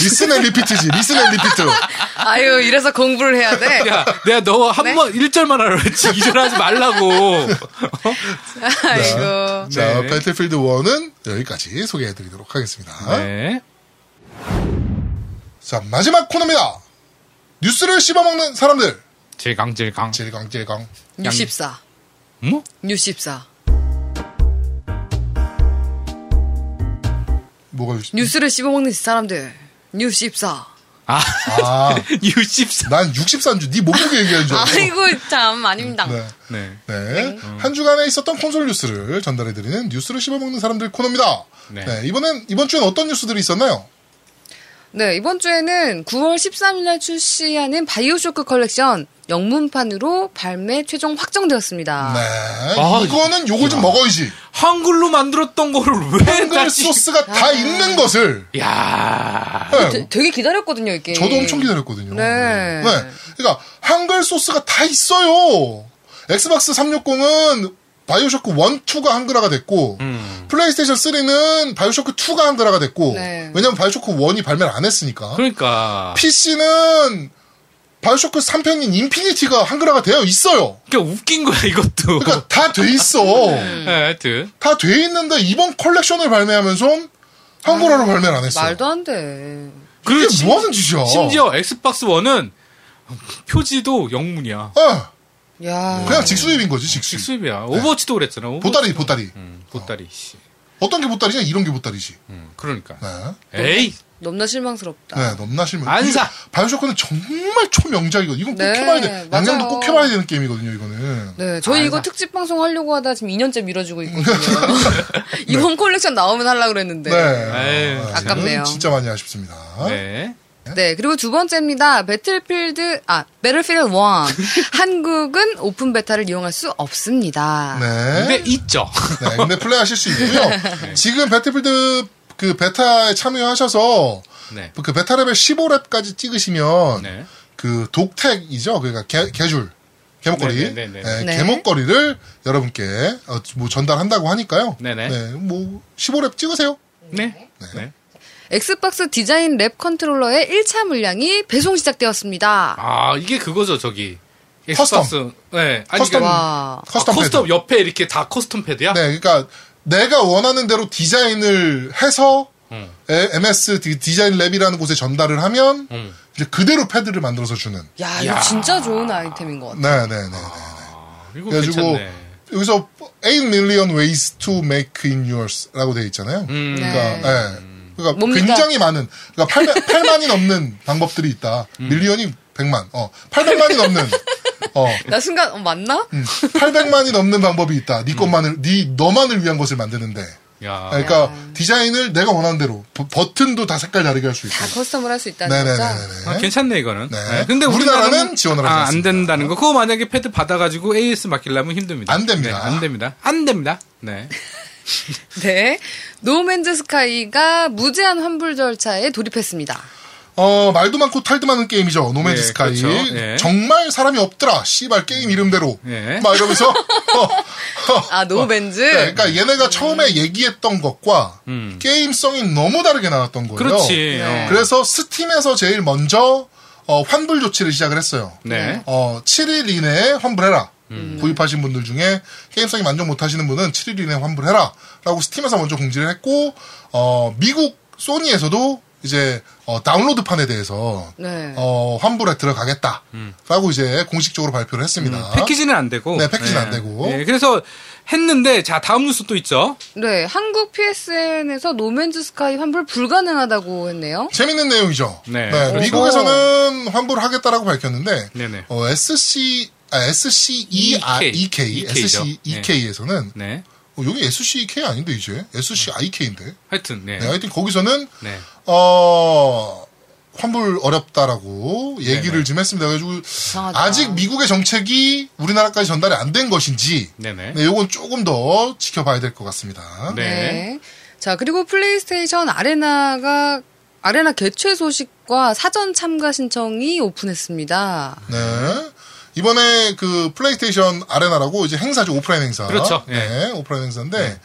A: 리슨 앤 리피트지. 리슨 앤 리피트.
D: 아유 이래서 공부를 해야 돼.
C: 야, 내가 너 한
D: 네?
C: 번 일절만 하라고 했지. 이절 하지 말라고.
A: 자,
D: 아이고.
C: 네.
A: 배틀필드 1은 여기까지 소개해 드리도록 하겠습니다.
C: 네.
A: 자, 마지막 코너입니다. 뉴스를 씹어먹는 사람들.
C: 질강질강.
A: 질강, 질강.
D: 64.
C: 뭐?
D: 64.
A: 뭐가 뉴스?
D: 뉴스를 씹어먹는 사람들. 64.
C: 아,
A: 아,
C: 유십사.
A: 난 64인 줄, 네 몸무게 얘기하는 줄 알았어.
D: 아이고 참 아닙니다.
A: 네.
C: 네.
A: 네. 한 주간에 있었던 콘솔 뉴스를 전달해드리는 뉴스를 씹어먹는 사람들 코너입니다. 네.
C: 네.
A: 이번엔, 이번 주엔 어떤 뉴스들이 있었나요?
D: 네, 이번 주에는 9월 13일 날 출시하는 바이오쇼크 컬렉션 영문판으로 발매 최종 확정되었습니다.
A: 네.
C: 아,
A: 이거는 요걸 좀 먹어야지.
C: 한글로 만들었던 거를 왜
A: 한글
C: 다시.
A: 소스가 다 있는 것을.
C: 야
A: 네.
D: 되- 되게 기다렸거든요, 이게.
A: 저도 엄청 기다렸거든요.
D: 아, 네.
A: 네. 그러니까 한글 소스가 다 있어요. 엑스박스 360은 바이오쇼크 1, 2가 한글화가 됐고
C: 음.
A: 플레이스테이션 3는 바이오쇼크 2가 한글화가 됐고
D: 네.
A: 왜냐면 바이오쇼크 1이 발매를 안 했으니까
C: 그러니까.
A: PC는 바이오쇼크 3편인 인피니티가 한글화가 되어 있어요.
C: 그러니까 웃긴 거야, 이것도.
A: 그러니까 다 돼 있어.
C: 네, 하여튼.
A: 다 돼 있는데 이번 컬렉션을 발매하면서 한글화로 발매를 안 했어요.
D: 말도 안 돼.
C: 그리고
A: 이게 뭐 하는 짓이야.
C: 심지어 엑스박스 원은 표지도 영문이야.
A: 어,
D: 야.
A: 그냥 직수입인 거지 직수입.
C: 직수입이야. 오버워치도 그랬잖아. 오버워치.
A: 보따리 보따리.
C: 보따리,
A: 어.
C: 씨.
A: 어떤 게 보따리냐? 이런 게 보따리지.
C: 음, 그러니까.
A: 네.
C: 에이!
D: 너무나 실망스럽다.
A: 네, 넘나 실물.
C: 안 사!
A: 바이오쇼크는 정말 초명작이고 이건 꼭
D: 네,
A: 해봐야 돼. 양양도
D: 맞아요.
A: 꼭 해봐야 되는 게임이거든요. 이거는.
D: 네, 저희 이거 특집 방송 하려고 하다 지금 2년째 미뤄지고 있거든요. 이번 콜렉션 나오면 하려고 그랬는데.
A: 네.
C: 에이.
A: 아,
D: 아깝네요.
A: 이건 진짜 많이 아쉽습니다.
C: 네.
D: 네, 그리고 두 번째입니다. 배틀필드, 아, 배틀필드 1. 한국은 오픈 베타를 이용할 수 없습니다.
A: 네.
C: 근데
A: 네.
C: 있죠.
A: 근데 플레이하실 수 있고요.
C: 네.
A: 지금 배틀필드 그 베타에 참여하셔서
C: 네.
A: 그 베타 레벨 15렙까지 찍으시면
C: 네.
A: 그 독택이죠. 그러니까 개, 개줄. 개목걸이.
C: 네, 네, 네,
A: 네,
D: 네.
A: 개목걸이를 여러분께 어, 뭐 전달한다고 하니까요.
C: 네, 네.
A: 뭐 15렙 찍으세요.
C: 네. 네.
D: 엑스박스 디자인 랩 컨트롤러의 1차 물량이 배송 시작되었습니다.
C: 아, 이게 그거죠, 저기.
A: 커스텀.
C: 엑스박스. 네. 아니,
A: 커스텀.
C: 그러니까
D: 와.
A: 커스텀
C: 아,
A: 패드.
C: 커스텀 옆에 이렇게 다 커스텀 패드야?
A: 네, 그러니까 내가 원하는 대로 디자인을 해서
C: 음.
A: 에- MS 디- 디자인 랩이라는 곳에 전달을 하면
C: 음.
A: 이제 그대로 패드를 만들어서 주는.
D: 야, 이거
C: 야.
D: 진짜 좋은 아이템인 것 같아요.
A: 네, 네, 네. 네.
C: 아, 이거
A: 그래가지고
C: 괜찮네.
A: 여기서 8 million ways to make in yours라고 되어 있잖아요.
C: 음.
A: 그러니까,
D: 네.
A: 예. 그러니까
D: 뭡니까?
A: 굉장히 많은 그러니까 8, 만이 넘는 방법들이 있다.
C: 음.
A: 밀리언이 100만. 어. 800만이 넘는 어.
D: 나 순간, 어, 맞나?
A: 음. 800만이 넘는 방법이 있다.
C: 음.
A: 네 것만을 네 너만을 위한 것을 만드는데.
C: 야.
A: 아, 그러니까 디자인을 내가 원하는 대로 버- 버튼도 다 색깔 다르게 할 수 있고.
D: 다 커스텀을 할 수 있다는 거죠?
A: 네네네네.
C: 아, 괜찮네 이거는.
A: 네.
C: 네. 근데
A: 우리나라는
C: 우리나라는,
A: 지원을 하지
C: 아, 안
A: 않습니다.
C: 된다는 거. 그거 만약에 패드 받아가지고 AS 맡기려면 힘듭니다.
A: 안 됩니다.
C: 네, 안 됩니다. 안 됩니다. 네.
D: 네. 노맨즈 스카이가 무제한 환불 절차에 돌입했습니다.
A: 어 말도 많고 탈도 많은 게임이죠. 노맨즈
C: 네,
A: 스카이.
C: 그렇죠. 네.
A: 정말 사람이 없더라. 씨발 게임 이름대로.
C: 네.
A: 막 이러면서. 어, 어.
D: 아, 노맨즈?
A: 네, 그러니까 얘네가 처음에 얘기했던 것과 게임성이 너무 다르게 나왔던 거예요.
C: 음. 그렇지.
D: 네.
C: 어.
A: 그래서 스팀에서 제일 먼저 어, 환불 조치를 시작을 했어요.
C: 네.
A: 어, 7일 이내에 환불해라.
C: 음.
A: 구입하신 분들 중에 게임성이 만족 못하시는 분은 7일 이내에 환불해라. 라고 스팀에서 먼저 공지를 했고, 어, 미국 소니에서도 이제 어, 다운로드판에 대해서
D: 네.
A: 어, 환불에 들어가겠다라고 이제 공식적으로 발표를 했습니다.
C: 음. 패키지는 안 되고.
A: 네, 패키지는 안 되고.
C: 네, 그래서 했는데 자 다음 뉴스 또 있죠.
D: 네, 한국 PSN에서 노맨즈 스카이 환불 불가능하다고 했네요.
A: 재밌는 내용이죠.
C: 네.
A: 네,
C: 그렇죠.
A: 미국에서는 환불하겠다라고 밝혔는데
C: 네네.
A: 어, SC 아, SCEIK,
C: EK 네, E 죠.
A: SCEK에서는 어,
C: 네.
A: E 여기 SCEK 아닌데 이제 SCIK인데.
C: 하여튼 네.
A: 네,
C: 네.
A: 하여튼 거기서는 어, 환불 어렵다라고 얘기를
C: 네네.
A: 좀 했습니다. 그래가지고
D: 이상하다.
A: 아직 미국의 정책이 우리나라까지 전달이 안 된 것인지,
C: 네네.
A: 네, 요건 조금 더 지켜봐야 될 것 같습니다.
C: 네.
D: 자, 그리고 플레이스테이션 아레나가 아레나 개최 소식과 사전 참가 신청이 오픈했습니다.
A: 네. 이번에 그 플레이스테이션 아레나라고 이제 행사죠 오프라인 행사.
C: 그렇죠. 네.
A: 네, 오프라인 행사인데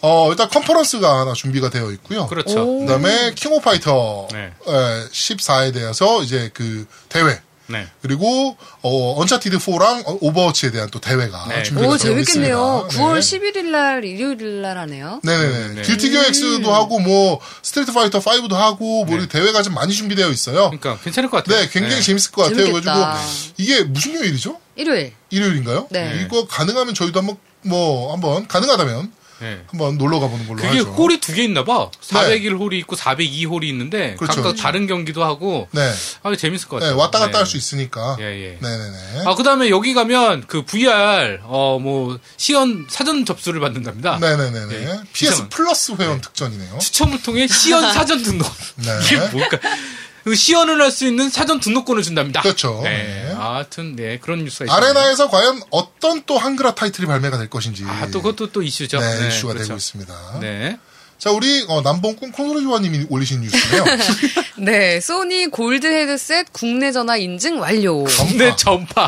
A: 어 일단 컨퍼런스가 하나 준비가 되어 있고요.
C: 그렇죠.
D: 오.
A: 그다음에 킹 오브 파이터
C: 네.
A: 14에 대해서 이제 그 대회
C: 네.
A: 그리고 어 언차티드 4랑 오버워치에 대한 또 대회가
C: 네.
A: 준비가
D: 오,
A: 되어
D: 재밌겠네요.
A: 있습니다.
D: 9월
A: 네.
D: 11일 날 일요일 날 하네요.
A: 네네네.
C: 네.
A: 길티 기어 X도 하고 뭐 스트리트 파이터 5도 하고 뭐
C: 네.
A: 이렇게 대회가 좀 많이 준비되어 있어요.
C: 그러니까 괜찮을 것 같아요.
A: 네, 굉장히 재밌을 것 같아요.
D: 재밌겠다.
A: 그래가지고 이게 무슨 요일이죠?
D: 일요일.
A: 일요일인가요?
D: 네.
A: 이거 가능하면 저희도 한번 뭐 한번 가능하다면
C: 네.
A: 한번 놀러 가보는 걸로
C: 그게
A: 하죠.
C: 홀이 두 개 있나 봐. 401 홀이 있고 402 홀이 있는데
A: 네. 그렇죠.
C: 각각 다른 경기도 하고
A: 네.
C: 아 재밌을 것
A: 네,
C: 같아요.
A: 왔다 갔다
C: 네.
A: 할 수 있으니까.
C: 예, 예.
A: 네네네.
C: 아 그다음에 여기 가면 그 VR 어 뭐 시연 사전 접수를 받는답니다.
A: 네네네네.
C: 예.
A: PS
C: 이상한-
A: 플러스 회원 특전이네요.
C: 추첨을 통해 시연 사전 등록.
A: 네.
C: 이게 뭘까? 그 시연을 할 수 있는 사전 등록권을 준답니다.
A: 그렇죠.
C: 네.
A: 네.
C: 아, 하여튼 네 그런 뉴스가 있어요.
A: 아레나에서 과연 어떤 또 한글화 타이틀이 발매가 될 것인지.
C: 아또 그것도 또 이슈죠.
A: 네, 이슈가
C: 그렇죠.
A: 되고 있습니다.
C: 네.
A: 자, 우리 어, 남봉꾼 콘솔 조아님이 올리신 뉴스네요.
D: 네, 소니 골드 헤드셋 국내 전화 인증 완료.
C: 근데 네, 전파.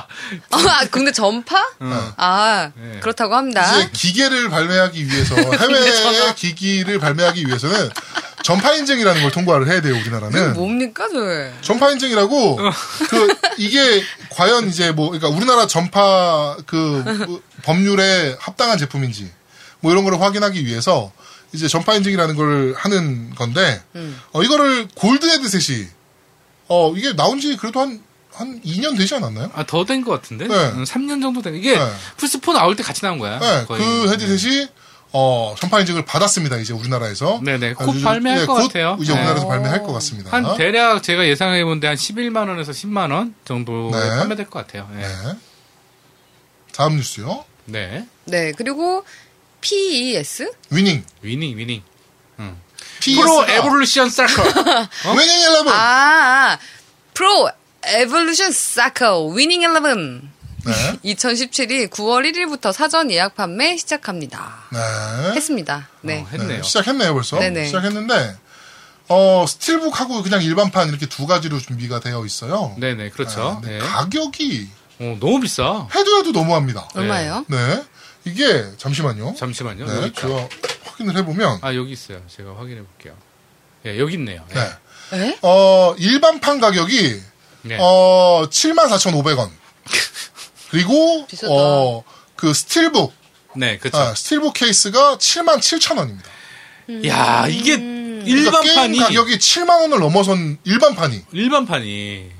D: 어, 아, 국내 전파? 아,
C: 네.
D: 그렇다고 합니다.
A: 이제 기계를 발매하기 위해서 해외 기기를 발매하기 위해서는 전파 인증이라는 걸 통과를 해야 돼요 우리나라는.
D: 뭡니까, 저
A: 전파 인증이라고
C: 어.
A: 그 이게 과연 이제 뭐 그러니까 우리나라 전파 그 뭐, 법률에 합당한 제품인지 뭐 이런 거를 확인하기 위해서 이제 전파 인증이라는 걸 하는 건데 어, 이거를 골드 헤드셋이 어 이게 나온 지 그래도 한 한 2년 되지 않았나요?
C: 아, 더 된 것 같은데?
A: 네.
C: 음, 3년 정도 된, 이게,
A: 네.
C: 플스4 나올 때 같이 나온 거야.
A: 네,
C: 아, 거의.
A: 그 헤드셋이 어, 전파 인증을 받았습니다. 이제 우리나라에서.
C: 네네, 곧
A: 아주-
C: 발매할 것
A: 곧
C: 같아요.
A: 이제
C: 네.
A: 우리나라에서 발매할 것 같습니다.
C: 한 대략 제가 예상해본데 한 11만원에서 10만원 정도에
A: 네.
C: 판매될 것 같아요. 네.
A: 네. 다음 뉴스요.
C: 네.
D: 네, 그리고 E PES?
A: 위닝.
C: 위닝, 위닝.
A: PS
C: 프로
A: 가
C: 에볼루션 사커.
A: 위닝 11.
D: 아, 아, 프로 에볼루션 사커 위닝 11.
A: 네.
D: 2017이 9월 1일부터 사전 예약 판매 시작합니다.
A: 네.
D: 했습니다. 네.
C: 어, 했네요.
A: 네, 시작했네요, 벌써.
D: 네네.
A: 시작했는데 어, 스틸북하고 그냥 일반판 이렇게 두 가지로 준비가 되어 있어요.
C: 네네, 그렇죠.
A: 네, 근데
C: 네.
A: 가격이
C: 어, 너무 비싸.
A: 해도 해도 너무합니다.
D: 얼마예요?
A: 네. 이게 잠시만요.
C: 어? 잠시만요. 여기
A: 네.
C: 있다.
A: 제가 확인을 해 보면
C: 아, 여기 있어요. 제가 확인해 볼게요. 예, 여기 있네요. 예.
A: 네.
D: 에?
A: 어, 일반판 가격이
C: 네.
A: 어, 74,500원. 그리고
D: 비싸다.
A: 어, 그 스틸북
C: 네, 그렇죠.
A: 아, 스틸북 케이스가 77,000원입니다.
C: 야, 이게
A: 네. 그러니까
C: 일반판이
A: 게임 가격이 7만 원을 넘어선 일반판이
C: 일반판이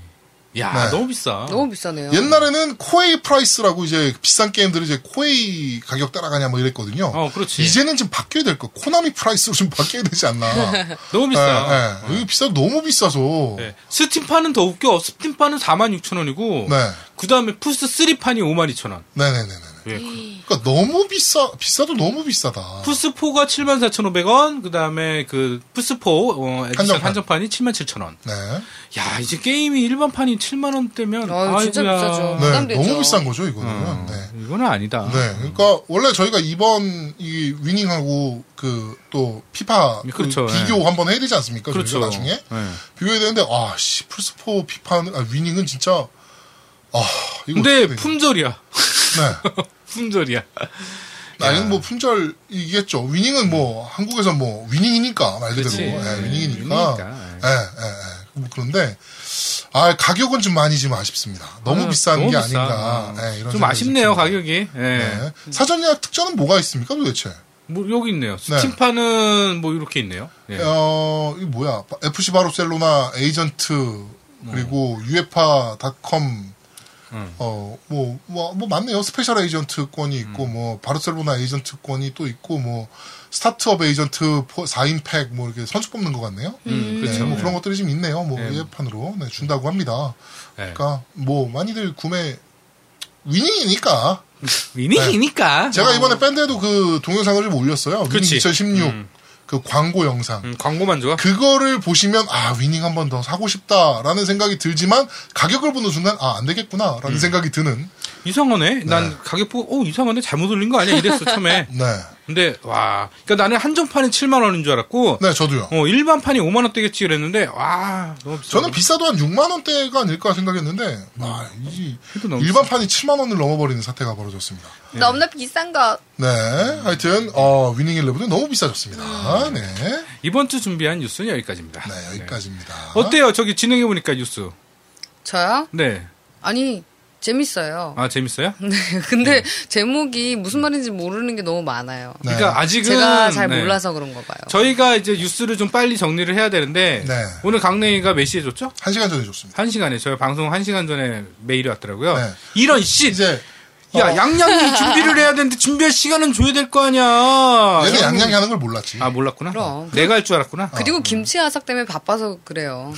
C: 야,
A: 네.
C: 너무 비싸.
D: 너무 비싸네요.
A: 옛날에는 코에이 프라이스라고 이제 비싼 게임들이 이제 코에이 가격 따라가냐 뭐 이랬거든요.
C: 어, 그렇지.
A: 이제는 좀 바뀌어야 될 거. 코나미 프라이스로 좀 바뀌어야 되지 않나.
C: 너무 비싸.
A: 예, 예. 이거 비싸 너무 비싸서.
C: 네. 스팀판은 더 웃겨. 스팀판은 46,000원이고,
A: 네.
C: 그 다음에 플스 3판이 52,000원.
A: 네네네네.
C: 예.
A: 그러니까 너무 비싸 비싸도 너무 비싸다.
C: 플스 4가 74,500원, 그 다음에 그 플스 4 어, 에디션
A: 한정판.
C: 한정판. 이 77,000원.
A: 네.
C: 야, 이제 게임이 일반판이 7만원대면,
D: 아유, 진짜 비싸죠.
A: 네.
D: 부담되죠.
A: 너무 비싼 거죠 이거는.
C: 음.
A: 네.
C: 이거는 아니다.
A: 네, 그러니까 원래 저희가 이번 이 위닝하고 그 또 피파 그
C: 그렇죠,
A: 비교 한번 해야 되지 않습니까?
C: 그렇죠.
A: 저희가 나중에
C: 네.
A: 비교해야 되는데 아씨 플스 4 피파는 아, 위닝은 진짜 아 이거
C: 근데
A: 어떡해.
C: 품절이야.
A: 네,
C: 품절이야.
A: 나는 뭐 품절이겠죠. 위닝은 뭐 한국에서 뭐 위닝이니까 말 그대로
C: 그치.
A: 예,
C: 네,
A: 위닝이니까. 예,
C: 위닝이니까,
A: 예, 예. 뭐 그런데 아 가격은 좀 많이 지금 아쉽습니다. 너무
C: 아,
A: 비싼
C: 너무
A: 게
C: 비싸.
A: 아닌가.
C: 아,
A: 예, 이런
C: 좀
A: 생각이
C: 아쉽네요,
A: 듭니다.
C: 가격이. 예.
A: 네. 사전 예약 특전은 뭐가 있습니까 도대체?
C: 뭐 여기 있네요. 스팀판은 뭐 이렇게 있네요. 예.
A: 어, 이 뭐야. FC 바르셀로나 에이전트, 그리고
C: 음.
A: uefa.com, 어, 뭐, 뭐, 뭐, 맞네요. 스페셜 에이전트권이 있고,
C: 음.
A: 뭐, 바르셀로나 에이전트권이 또 있고, 뭐, 스타트업 에이전트 4인팩, 뭐, 이렇게 선수 뽑는 것 같네요.
C: 음,
A: 네,
C: 그렇죠.
A: 뭐
C: 예.
A: 그런 것들이 좀 있네요. 뭐,
C: 네.
A: 예판으로 네, 준다고 합니다.
C: 예.
A: 그러니까, 뭐, 많이들 구매, 위닝이니까.
C: 위닝이니까.
A: 네. 제가 이번에 밴드에도 그 동영상을 좀 올렸어요. 위닝
C: 어. 그치.
A: 2016.
C: 음.
A: 그 광고 영상.
C: 음, 광고만 좋아.
A: 그거를 보시면 아 위닝 한 번 더 사고 싶다라는 생각이 들지만 가격을 보는 순간 아 안 되겠구나라는
C: 음.
A: 생각이 드는
C: 이상하네. 난 가격 보고 어 이상하네. 잘못 올린 거 아니야? 이랬어 처음에.
A: 네,
C: 근데 와. 그러니까 나는 한정판이 7만 원인 줄 알았고
A: 네 저도요.
C: 어 일반 판이 5만 원대겠지 그랬는데 와 너무 비싸.
A: 저는 비싸도 한 6만 원대가 아닐까 생각했는데 아, 이
C: 해도 너무
A: 일반판이 7만 원을 넘어버리는 사태가 벌어졌습니다.
D: 너무나 비싼 거.
A: 네, 하여튼 어, 위닝 일레븐이 너무 비싸졌습니다.
C: 음.
A: 네, 네
C: 이번 주 준비한 뉴스는 여기까지입니다.
A: 여기까지입니다.
C: 어때요? 저기 진행해 보니까 뉴스.
D: 저요?
C: 네.
D: 아니 재밌어요.
C: 아 재밌어요?
D: 네, 근데 제목이 무슨 말인지 모르는 게 너무 많아요.
A: 네.
C: 그러니까 아직은
D: 제가 잘
C: 네.
D: 몰라서 그런가 봐요.
C: 저희가 이제 뉴스를 좀 빨리 정리를 해야 되는데
A: 네.
C: 오늘 강냉이가 몇 시에 줬죠?
A: 한 시간 전에 줬습니다.
C: 한 시간에 저희 방송 한 시간 전에 메일이 왔더라고요.
A: 네.
C: 이런 씨,
A: 이제
C: 야 양양이 준비를 해야 되는데 준비할 시간은 줘야 될 거 아니야. 네.
A: 얘는 양양이 어. 하는 걸 몰랐지.
C: 아 몰랐구나.
D: 그럼.
C: 내가 할 줄 알았구나.
D: 그리고 김치 아삭 때문에 바빠서 그래요.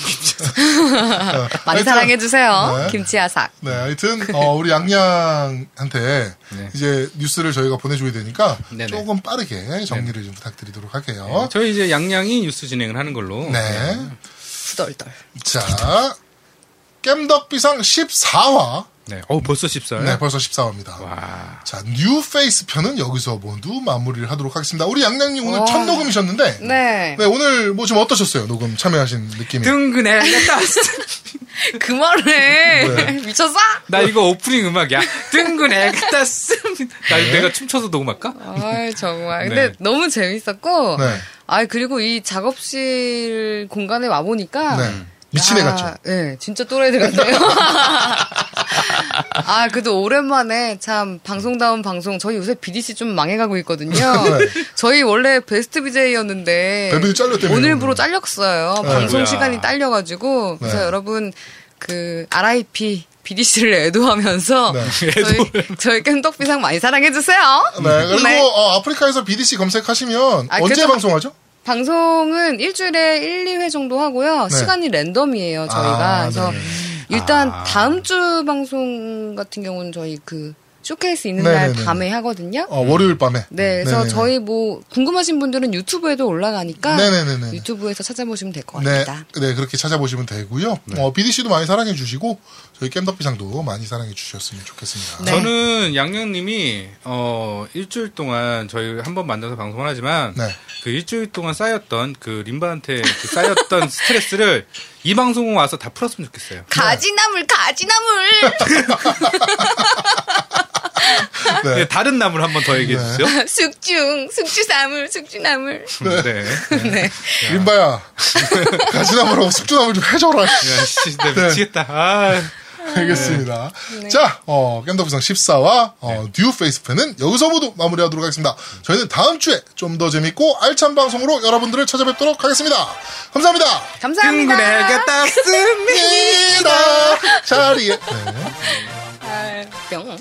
D: 많이
A: 하여튼,
D: 사랑해 주세요.
A: 네.
D: 김치 아삭.
A: 네, 하여튼 어, 우리 양양한테 이제 뉴스를 저희가 보내줘야 되니까
C: 네. 네네.
A: 조금 빠르게 정리를 좀 부탁드리도록 할게요.
C: 네, 저희 이제 양양이 뉴스 진행을 하는 걸로.
A: 어? 네,
D: 후덜덜.
A: 자 겜덕비상 14화.
C: 네. 어 벌써 아, 14일.
A: 네, 벌써 14화입니다.
C: 와.
A: 자, 뉴페이스 편은 여기서 모두 마무리를 하도록 하겠습니다. 우리 양양님 오늘 첫 녹음이셨는데,
D: 네.
A: 네, 오늘 뭐 좀 어떠셨어요? 녹음 참여하신 느낌이?
C: 등근해.
D: 그 말을 해. 미쳤어?
C: 나 이거 오프닝 음악이야. 등근해. 갔다 씁니다. 나
A: 네.
C: 내가 춤춰서 녹음할까?
D: 아이, 정말. 근데
C: 네.
D: 너무 재밌었고.
A: 네.
D: 아 그리고 이 작업실 공간에 와보니까.
C: 음.
A: 네, 미친 애
D: 야,
A: 같죠.
D: 네, 진짜 또래들 같아요. 아, 그래도 오랜만에 참 방송다운 방송. 저희 요새 BDC 좀 망해가고 있거든요. 저희 원래 베스트 BJ였는데
A: 네. 벨벳이 잘렸다며요.
D: 오늘부로 잘렸어요. 방송
C: 뭐야.
D: 시간이 딸려가지고 그래서
A: 네.
D: 여러분 그 RIP BDC를 애도하면서
A: 네.
D: 저희 저희 깸떡비상 많이 사랑해 주세요.
A: 네, 그리고 어, 아프리카에서 BDC 검색하시면
D: 아,
A: 언제
D: 그래서-
A: 방송하죠?
D: 방송은 일주일에 1, 2회 정도 하고요.
A: 네.
D: 시간이 랜덤이에요, 저희가.
A: 아,
D: 그래서
A: 네.
D: 일단
C: 아.
D: 다음 주 방송 같은 경우는 저희 그 쇼케이스 있는
A: 네,
D: 날
A: 네, 네.
D: 밤에 하거든요.
A: 어, 월요일 밤에.
D: 네, 그래서
A: 네네네.
D: 저희 뭐 궁금하신 분들은 유튜브에도 올라가니까
A: 네, 네, 네, 네, 네.
D: 유튜브에서 찾아보시면 될 것
A: 네,
D: 같습니다.
A: 네, 그렇게 찾아보시면 되고요. 어, BDC도 많이 사랑해 주시고 저희 겜덕비상도 많이 사랑해 주셨으면 좋겠습니다.
D: 네.
C: 저는 양양님이 어 일주일 동안 저희 한 번 만나서 방송을 하지만
A: 네.
C: 그 일주일 동안 쌓였던 그 림바한테 그 쌓였던 스트레스를 이 방송 와서 다 풀었으면 좋겠어요.
D: 가지나물, 가지나물.
A: 네.
C: 네, 다른 나물 한 번 더 얘기해 주세요.
D: 숙중, 숙주나물, 숙주나물.
C: 네.
D: 네.
A: 림바야, 가지나무라고 숙주나무 좀 해줘라.
C: 야, 씨, 나 미치겠다. 아,
A: 알겠습니다. 자, 어, 겜덕비상 14와 어, 뉴 페이스팬은 여기서 모두 마무리하도록 하겠습니다. 저희는 다음 주에 좀 더 재밌고 알찬 방송으로 여러분들을 찾아뵙도록 하겠습니다. 감사합니다.
D: 감사합니다.
C: 뜬그레겠다 씁니다.
A: 네. 니다 자리에. 네.
D: 아, 뿅.